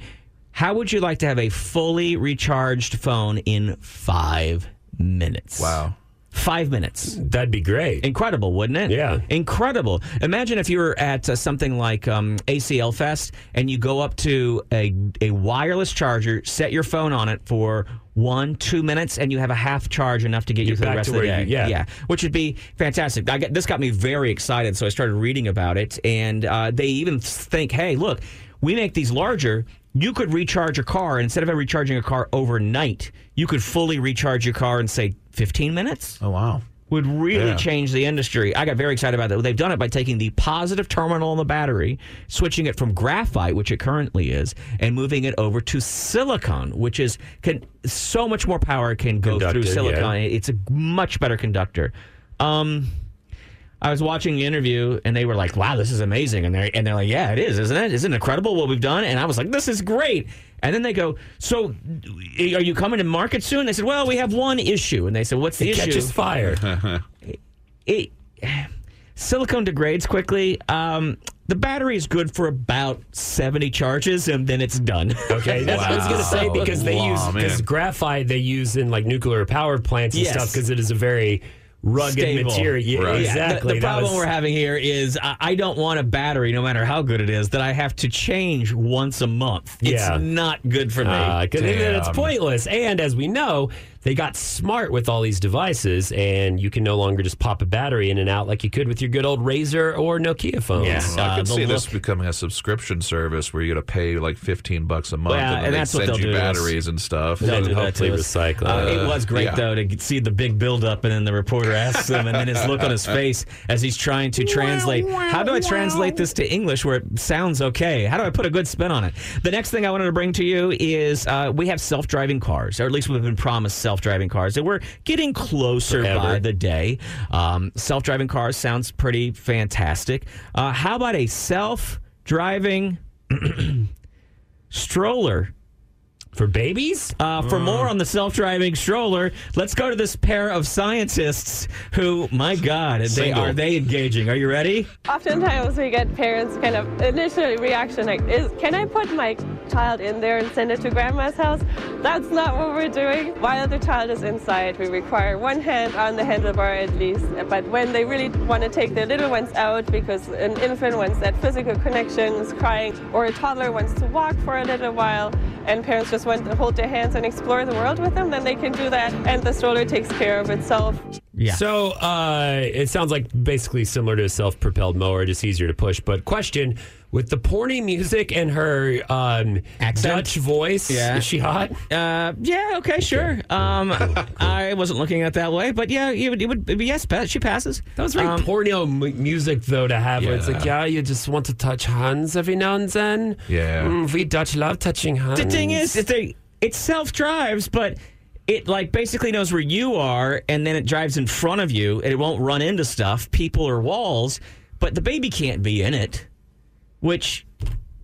Speaker 5: how would you like to have a fully recharged phone in five minutes? Wow. Five minutes.
Speaker 2: That'd be great.
Speaker 5: Incredible, wouldn't it?
Speaker 2: Yeah.
Speaker 5: Incredible. Imagine if you were at uh, something like um, ACL Fest and you go up to a, a wireless charger, set your phone on it for one, two minutes, and you have a half charge enough to get you through the
Speaker 2: back to
Speaker 5: rest of the
Speaker 2: where
Speaker 5: day.
Speaker 2: you- yeah.
Speaker 5: Which would be fantastic. I got, this got me very excited, so I started reading about it. And uh, they even think, hey, look, we make these larger. You could recharge your car instead of recharging a car overnight. You could fully recharge your car in say 15 minutes.
Speaker 3: Oh wow!
Speaker 5: Would really
Speaker 13: Yeah.
Speaker 5: change the industry. I got very excited about that. They've done it by taking the positive terminal on the battery, switching it from graphite, which it currently is, and moving it over to silicon, which is can so much more power can go through
Speaker 2: Conductive,
Speaker 5: silicon.
Speaker 2: yeah.
Speaker 5: It's a much better conductor. Um, I was watching the interview and they were like, "Wow, this is amazing," and they and they're like, "Yeah, it is, isn't it? Isn't it incredible what we've done?" And I was like, "This is great." And then they go, "So, are you coming to market soon?" They said, "Well, we have one issue," and they said, "What's the
Speaker 2: It
Speaker 5: issue?"
Speaker 2: catches fire.
Speaker 5: it *sighs* silicone degrades quickly. Um, the battery is good for about seventy charges, and then it's done. *laughs*
Speaker 2: Okay, that's what I was gonna say because they use because graphite they use in like nuclear power plants and
Speaker 5: Yes.
Speaker 2: stuff because it is a very rugged
Speaker 5: Stable.
Speaker 2: material. Yeah,
Speaker 5: Yeah, the-
Speaker 2: Exactly.
Speaker 5: The,
Speaker 2: That
Speaker 5: problem
Speaker 2: was-
Speaker 5: we're having here is I, I don't want a battery, no matter how good it is, that I have to change once a month.
Speaker 2: Yeah.
Speaker 5: It's not good for me.
Speaker 2: Uh, 'cause then it's pointless. And as we know, they got smart with all these devices, and you can no longer just pop a battery in and out like you could with your good old Razor or Nokia phones. Uh,
Speaker 3: I could
Speaker 2: the
Speaker 3: see this
Speaker 2: look-
Speaker 3: becoming a subscription service where you got to pay like fifteen bucks a month,
Speaker 5: Well,
Speaker 3: and, then
Speaker 5: and
Speaker 3: they
Speaker 5: that's what
Speaker 3: send
Speaker 5: they'll
Speaker 3: you
Speaker 5: do to us.
Speaker 3: batteries and stuff,
Speaker 5: They'll
Speaker 3: and
Speaker 5: do that to us. Uh, it was great
Speaker 3: yeah.
Speaker 5: though to see the big buildup, and then the reporter asks him, and then his look on his face as he's trying to translate. How do I translate this to English where it sounds okay? How do I put a good spin on it? The next thing I wanted to bring to you is uh, we have self-driving cars, or at least we've been promised self-driving cars, and we're getting closer by the day. Um, self-driving cars sounds pretty fantastic. Uh, how about a self-driving *clears throat* stroller?
Speaker 2: For babies?
Speaker 5: Uh, for
Speaker 2: Mm.
Speaker 5: more on the self driving stroller, let's go to this pair of scientists who, my God, they
Speaker 14: Single.
Speaker 5: are they engaging. Are you ready?
Speaker 15: *laughs* Oftentimes we get parents kind of initial reaction like, is, can I put my child in there and send it to grandma's house? That's not what we're doing. While the child is inside, we require one hand on the handlebar at least. But when they really want to take their little ones out because an infant wants that physical connection, is crying, or a toddler wants to walk for a little while, and parents just want to hold their hands and explore the world with them, then they can do that. And the stroller takes care of itself.
Speaker 2: Yeah. So uh, it sounds like basically similar to a self-propelled mower, just easier to push. But question: with the porny music and her um, Dutch voice, is she hot?
Speaker 5: Uh, yeah. Okay.
Speaker 2: *laughs*
Speaker 5: Sure. Um, I wasn't looking at it that way, but yeah, it would. It would yes, pa- she passes.
Speaker 2: That was very
Speaker 5: Um,
Speaker 2: porno m- music though to have. Where it's like, yeah, you just want to touch hands every now and then.
Speaker 5: Yeah.
Speaker 2: Mm, we Dutch love touching hands.
Speaker 5: The thing is, is they, it self drives, but it like basically knows where you are, and then it drives in front of you, and it won't run into stuff, people or walls. But the baby can't be in it, which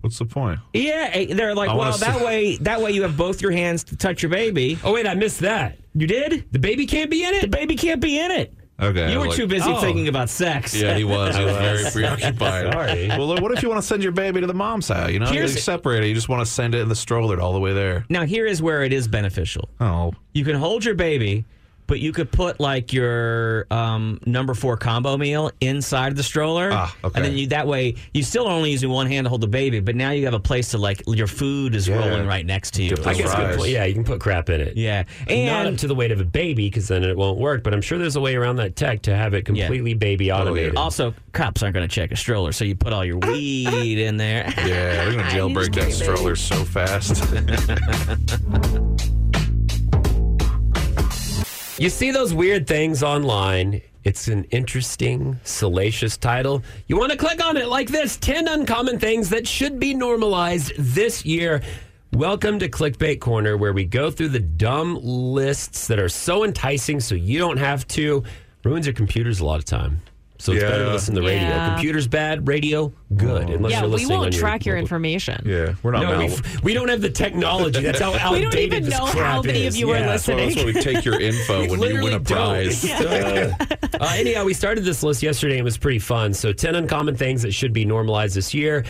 Speaker 3: What's the point?
Speaker 5: yeah, eh, they're like,
Speaker 3: I wanna
Speaker 5: well, that
Speaker 3: see-
Speaker 5: way, that way you have both your hands to touch your baby.
Speaker 2: Oh wait, I missed that.
Speaker 5: You did?
Speaker 2: The baby can't be in it. The
Speaker 5: baby can't be in it.
Speaker 3: Okay,
Speaker 5: you
Speaker 3: I
Speaker 5: were
Speaker 3: was
Speaker 5: too
Speaker 3: like-
Speaker 5: busy
Speaker 3: Oh.
Speaker 5: thinking about sex.
Speaker 3: Yeah, he was.
Speaker 5: *laughs*
Speaker 3: He was very
Speaker 5: Sorry.
Speaker 3: preoccupied. Well, look, what if you want to send your baby to the mom's house? You know, you
Speaker 5: Here's-
Speaker 3: separate it. You just want to send it in the stroller all the way there.
Speaker 5: Now here is where it is beneficial.
Speaker 3: Oh.
Speaker 5: You can hold your baby, but you could put like your um, number four combo meal inside the stroller. Ah, okay. And then you that way you still are only using one hand to hold the baby, but now you have a place to like your food is rolling right next to you.
Speaker 2: I guess you can put, yeah, you can put crap in it.
Speaker 5: Yeah,
Speaker 2: not
Speaker 5: and-
Speaker 2: up to the weight of a baby because then it won't work. But I'm sure there's a way around that tech to have it completely baby automated.
Speaker 5: Also, cops aren't going to check a stroller, so you
Speaker 3: *laughs*
Speaker 5: put all your weed in there. *laughs*
Speaker 3: Yeah, they're going to jailbreak that stroller so fast. *laughs*
Speaker 2: You see those weird things online. It's an interesting, salacious title. You want to click on it like this 10 uncommon things that should be normalized this year. Welcome to Clickbait Corner, where we go through the dumb lists that are so enticing so you don't have to. Ruins your computers a lot of time. So it's better to
Speaker 3: Yeah.
Speaker 2: listen to the radio.
Speaker 4: Yeah.
Speaker 2: Computer's bad, radio, good. Unless
Speaker 4: yeah,
Speaker 2: you're
Speaker 4: we
Speaker 2: listening on
Speaker 4: won't
Speaker 2: your
Speaker 4: track your
Speaker 2: mobile.
Speaker 4: information.
Speaker 3: Yeah, we're
Speaker 2: No, we've- we don't have the technology. That's how
Speaker 4: *laughs* We don't
Speaker 2: outdated
Speaker 4: even
Speaker 2: this
Speaker 4: know
Speaker 2: crap
Speaker 4: how many
Speaker 2: is.
Speaker 4: of you are
Speaker 2: Yeah.
Speaker 4: listening.
Speaker 3: That's why *laughs* we take your info when you win a *laughs* prize.
Speaker 2: Uh, anyhow, we started this list yesterday and it was pretty fun. So, 10 uncommon things that should be normalized this year.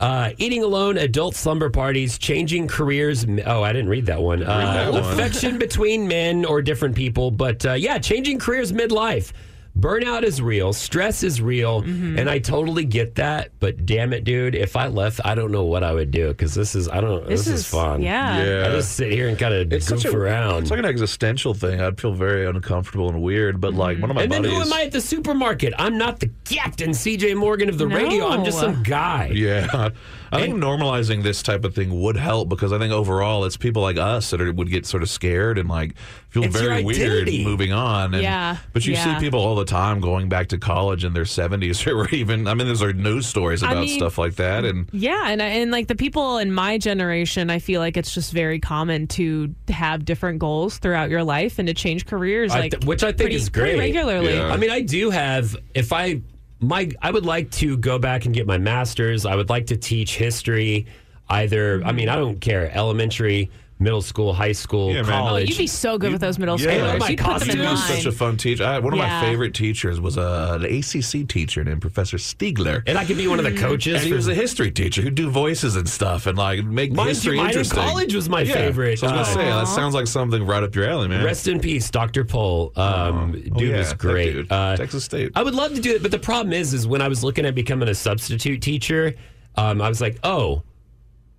Speaker 2: Uh, eating alone, adult slumber parties, changing careers. Oh, I didn't read that one.
Speaker 3: that
Speaker 2: uh,
Speaker 3: one.
Speaker 2: affection between men or different people. But uh, yeah, changing careers midlife. Burnout is real. Stress is real.
Speaker 3: Mm-hmm.
Speaker 2: And I totally get that. But damn it, dude, if I left, I don't know what I would do because this is, I don't know, this,
Speaker 4: This
Speaker 2: is,
Speaker 4: is-
Speaker 2: fun.
Speaker 4: yeah.
Speaker 3: Yeah.
Speaker 2: I just sit here and kind of goof around.
Speaker 3: It's like an existential thing. I'd feel very uncomfortable and weird. But like one of my
Speaker 2: and then
Speaker 3: buddies.
Speaker 2: who am I at the supermarket? I'm not the captain CJ Morgan of the radio. I'm just some guy.
Speaker 3: *laughs* Yeah. I think normalizing this type of thing would help because I think overall it's people like us that are, would get sort of scared and like feel
Speaker 2: It's
Speaker 3: very
Speaker 2: your
Speaker 3: weird
Speaker 2: identity.
Speaker 3: moving on. And,
Speaker 2: Yeah.
Speaker 3: But you
Speaker 2: Yeah.
Speaker 3: see people all the time going back to college in their 70s *laughs* or even, I mean, there's like news stories
Speaker 4: I
Speaker 3: about
Speaker 4: mean-
Speaker 3: stuff like that. And
Speaker 4: Yeah, and I- and like the people in my generation, I feel like it's just very common to have different goals throughout your life and to change careers,
Speaker 2: I
Speaker 4: like
Speaker 2: th- which I think
Speaker 4: pretty-
Speaker 2: is
Speaker 4: pretty
Speaker 2: great.
Speaker 4: regularly.
Speaker 2: I mean, I do have. If I my I would like to go back and get my master's. I would like to teach history. Either I mean, I don't care. Elementary, middle school, high school,
Speaker 3: Yeah, man.
Speaker 4: Oh,
Speaker 2: college.
Speaker 4: you'd be so good with those middle
Speaker 3: Yeah, Oh
Speaker 4: schoolers. You'd put them in
Speaker 3: He
Speaker 4: line.
Speaker 3: was such a fun teacher. I, one of
Speaker 4: Yeah.
Speaker 3: my favorite teachers was uh, an ACC teacher named Professor Stiegler,
Speaker 2: And I could be one of the coaches
Speaker 3: And he
Speaker 2: for-
Speaker 3: was a history teacher who'd do voices and stuff and like make
Speaker 2: Mind you,
Speaker 3: history
Speaker 2: mine in
Speaker 3: interesting.
Speaker 2: college was my
Speaker 3: Yeah.
Speaker 2: favorite.
Speaker 3: So I was gonna say
Speaker 2: Aw.
Speaker 3: that sounds like something right up your alley, man.
Speaker 2: Rest in peace, Dr. Pohl. Um, dude
Speaker 3: Oh, yeah,
Speaker 2: was
Speaker 3: that
Speaker 2: great.
Speaker 3: dude.
Speaker 2: Uh,
Speaker 3: Texas State.
Speaker 2: I would love to do it, but the problem is, is when I was looking at becoming a substitute teacher, um, I was like, oh,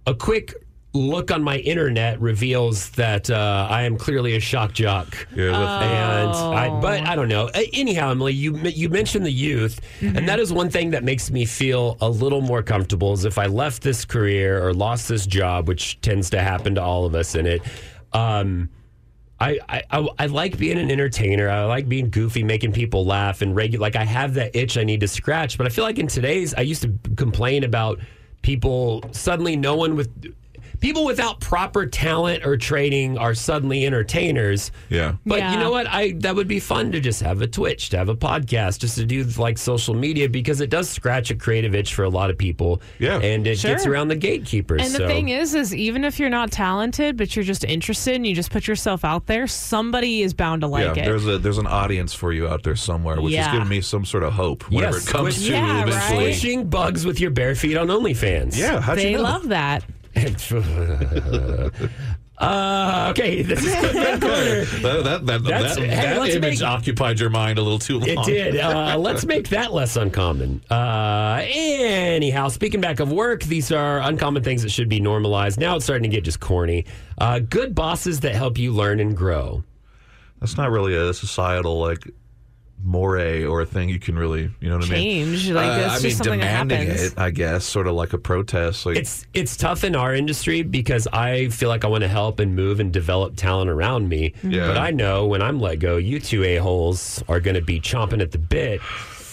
Speaker 2: a quick look on my internet reveals that uh, I am clearly a shock jock. and I, but I don't know. A- Anyhow, Emily, you m- you mentioned the youth, and that is one thing that makes me feel a little more comfortable. Is if I left this career or lost this job, which tends to happen to all of us in it. Um, I, I, I, I like being an entertainer. I like being goofy, making people laugh and regular. Like I have that itch I need to scratch. But I feel like in today's, I used to complain about people suddenly no one with people without proper talent or training are suddenly entertainers.
Speaker 3: Yeah.
Speaker 2: But
Speaker 4: Yeah.
Speaker 2: you know what? I that would be fun to just have a Twitch, to have a podcast, just to do like social media because it does scratch a creative itch for a lot of people. Yeah. And it
Speaker 4: Sure.
Speaker 2: gets around the gatekeepers.
Speaker 4: And the
Speaker 2: so.
Speaker 4: thing is, is even if you're not talented, but you're just interested and you just put yourself out there, somebody is bound to like
Speaker 3: yeah,
Speaker 4: it.
Speaker 3: there's a there's an audience for you out there somewhere, which is
Speaker 4: Yeah.
Speaker 3: giving me some sort of hope whenever
Speaker 2: Yes,
Speaker 3: it comes
Speaker 2: squish-
Speaker 3: to
Speaker 2: yeah,
Speaker 3: eventually.
Speaker 2: right. Squishing bugs with your bare feet on OnlyFans.
Speaker 3: Yeah, how'd you
Speaker 4: they
Speaker 3: know?
Speaker 4: love that.
Speaker 2: *laughs* uh, okay, this is Quick Corner.
Speaker 3: That, that, that,
Speaker 2: That's-
Speaker 3: that,
Speaker 2: hey,
Speaker 3: that
Speaker 2: let's
Speaker 3: image
Speaker 2: make-
Speaker 3: occupied your mind a little too long. *laughs*
Speaker 2: It did. Uh, let's make that less uncommon. Uh, anyhow, speaking back of work, these are uncommon things that should be normalized. Now it's starting to get just corny. Uh, good bosses that help you learn and grow.
Speaker 3: That's not really a societal like moray or a thing you can really, you know what
Speaker 4: Change,
Speaker 3: I mean?
Speaker 4: like,
Speaker 3: Uh,
Speaker 4: that's
Speaker 3: I
Speaker 4: just
Speaker 3: mean,
Speaker 4: something that
Speaker 3: demanding
Speaker 4: happens.
Speaker 3: it, I guess, sort of like a protest. Like
Speaker 2: It's it's tough in our industry because I feel like I want to help and move and develop talent around me.
Speaker 3: Yeah.
Speaker 2: But I know when I'm let go, you two a holes are going to be chomping at the bit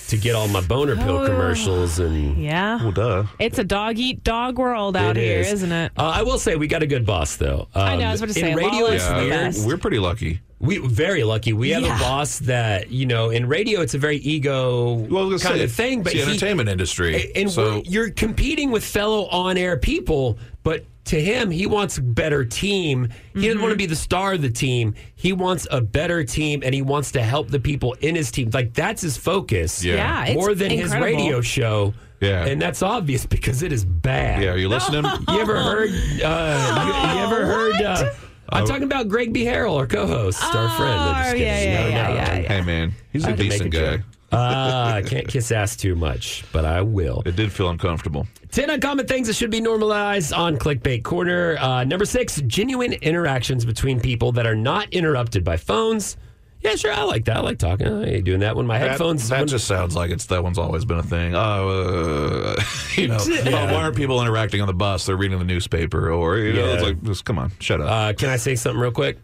Speaker 2: to get all my boner pill
Speaker 4: Oh.
Speaker 2: commercials and
Speaker 4: Yeah.
Speaker 3: well, duh.
Speaker 4: It's a dog eat dog world out
Speaker 2: It
Speaker 4: here,
Speaker 2: is.
Speaker 4: is. not it?
Speaker 2: Uh, I will say we got a good boss though. Um,
Speaker 4: I know, I was about to
Speaker 2: in
Speaker 4: say,
Speaker 2: radio
Speaker 4: Lala's
Speaker 2: it's
Speaker 4: the
Speaker 2: weird.
Speaker 4: best.
Speaker 3: we're pretty lucky.
Speaker 2: We very lucky. We have
Speaker 4: Yeah.
Speaker 2: a boss that you know in radio. It's a very ego
Speaker 3: Well, I was
Speaker 2: kind
Speaker 3: gonna
Speaker 2: of
Speaker 3: say,
Speaker 2: thing, but
Speaker 3: it's the
Speaker 2: he-
Speaker 3: entertainment industry.
Speaker 2: and
Speaker 3: so
Speaker 2: we're- you're competing with fellow on-air people, but to him, he wants a better team. He doesn't
Speaker 4: Mm-hmm.
Speaker 2: want to be the star of the team. He wants a better team, and he wants to help the people in his team. Like that's his focus.
Speaker 3: Yeah. Yeah,
Speaker 4: it's
Speaker 2: more than
Speaker 4: incredible.
Speaker 2: his radio show.
Speaker 3: Yeah.
Speaker 2: and that's obvious because it is bad.
Speaker 3: *laughs* yeah, you listening?
Speaker 2: You ever
Speaker 4: Uh-huh.
Speaker 2: heard? Uh, you, you ever heard? Uh, I'm
Speaker 3: Oh.
Speaker 2: talking about Greg B. Harrell, our co-host, our friend. I'm just
Speaker 4: Oh,
Speaker 2: kidding.
Speaker 4: yeah, yeah,
Speaker 2: No,
Speaker 4: yeah,
Speaker 2: no.
Speaker 4: yeah,
Speaker 3: Hey man, he's
Speaker 2: I
Speaker 3: a
Speaker 2: had to make
Speaker 3: decent
Speaker 2: a
Speaker 3: guy.
Speaker 2: joke. Ah, I can't kiss ass too much, but I will.
Speaker 3: It did feel uncomfortable.
Speaker 2: 10 uncommon things that should be normalized on Clickbait Corner. Uh, number six, genuine interactions between people that are not interrupted by phones. Yeah, sure, I like that. I like talking. I ain't doing that when my
Speaker 3: That-
Speaker 2: headphones.
Speaker 3: That,
Speaker 2: when-
Speaker 3: just sounds like it's that one's always been a thing. Oh, uh, *laughs* you
Speaker 4: *laughs*
Speaker 3: know,
Speaker 2: Yeah.
Speaker 3: oh, why aren't people interacting on the bus? They're reading the newspaper, or you know, it's
Speaker 2: Yeah.
Speaker 3: like, just come on, shut up.
Speaker 2: uh, can I say something real quick?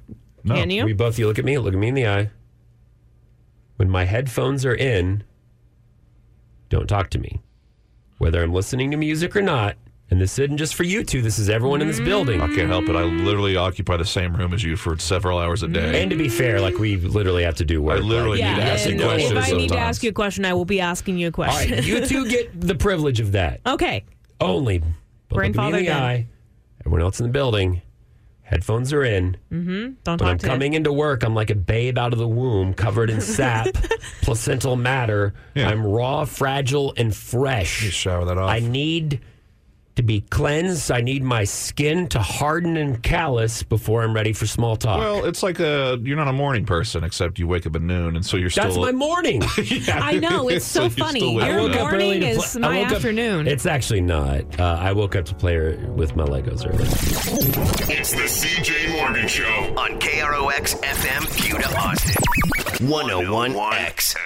Speaker 3: no,
Speaker 4: Can you?
Speaker 2: We both, you look at me, look at me in the eye. When my headphones are in, don't talk to me. Whether I'm listening to music or not, and this isn't just for you two, this is everyone in this building.
Speaker 3: I can't help it. I literally occupy the same room as you for several hours a day.
Speaker 2: And to be fair, like we literally have to do work.
Speaker 3: I literally
Speaker 4: Yeah.
Speaker 3: need to ask you
Speaker 4: and
Speaker 3: questions.
Speaker 4: if I need to
Speaker 3: sometimes.
Speaker 4: ask you a question, I will be asking you a
Speaker 2: All
Speaker 4: question.
Speaker 2: right, you two get the privilege of that
Speaker 4: okay.
Speaker 2: only. But look at me in
Speaker 4: Grandfathered
Speaker 2: the
Speaker 4: in.
Speaker 2: eye. Everyone else in the building, headphones are in.
Speaker 4: Don't
Speaker 2: When
Speaker 4: talk
Speaker 2: I'm
Speaker 4: to
Speaker 2: coming into work, I'm like a babe out of the womb, covered in sap, placental matter.
Speaker 3: Yeah.
Speaker 2: I'm raw, fragile, and
Speaker 3: You
Speaker 2: fresh.
Speaker 3: shower that off.
Speaker 2: I need to be cleansed. I need my skin to harden and callous before I'm ready for small talk.
Speaker 3: well, it's like a you're not a morning person, except you wake up at noon, and so you're
Speaker 2: That's
Speaker 3: still.
Speaker 2: my
Speaker 3: *laughs*
Speaker 2: morning.
Speaker 4: I
Speaker 2: *laughs*
Speaker 4: know, it's so funny.
Speaker 3: You're
Speaker 4: Your
Speaker 3: still waking up.
Speaker 4: morning
Speaker 2: to
Speaker 4: is
Speaker 2: play- I
Speaker 4: my
Speaker 2: woke up-
Speaker 4: afternoon.
Speaker 2: it's actually not. Uh, I woke up to play with my Legos earlier.
Speaker 14: It's the CJ Morgan Show.
Speaker 6: On KROX FM, Buda Austin. 101X.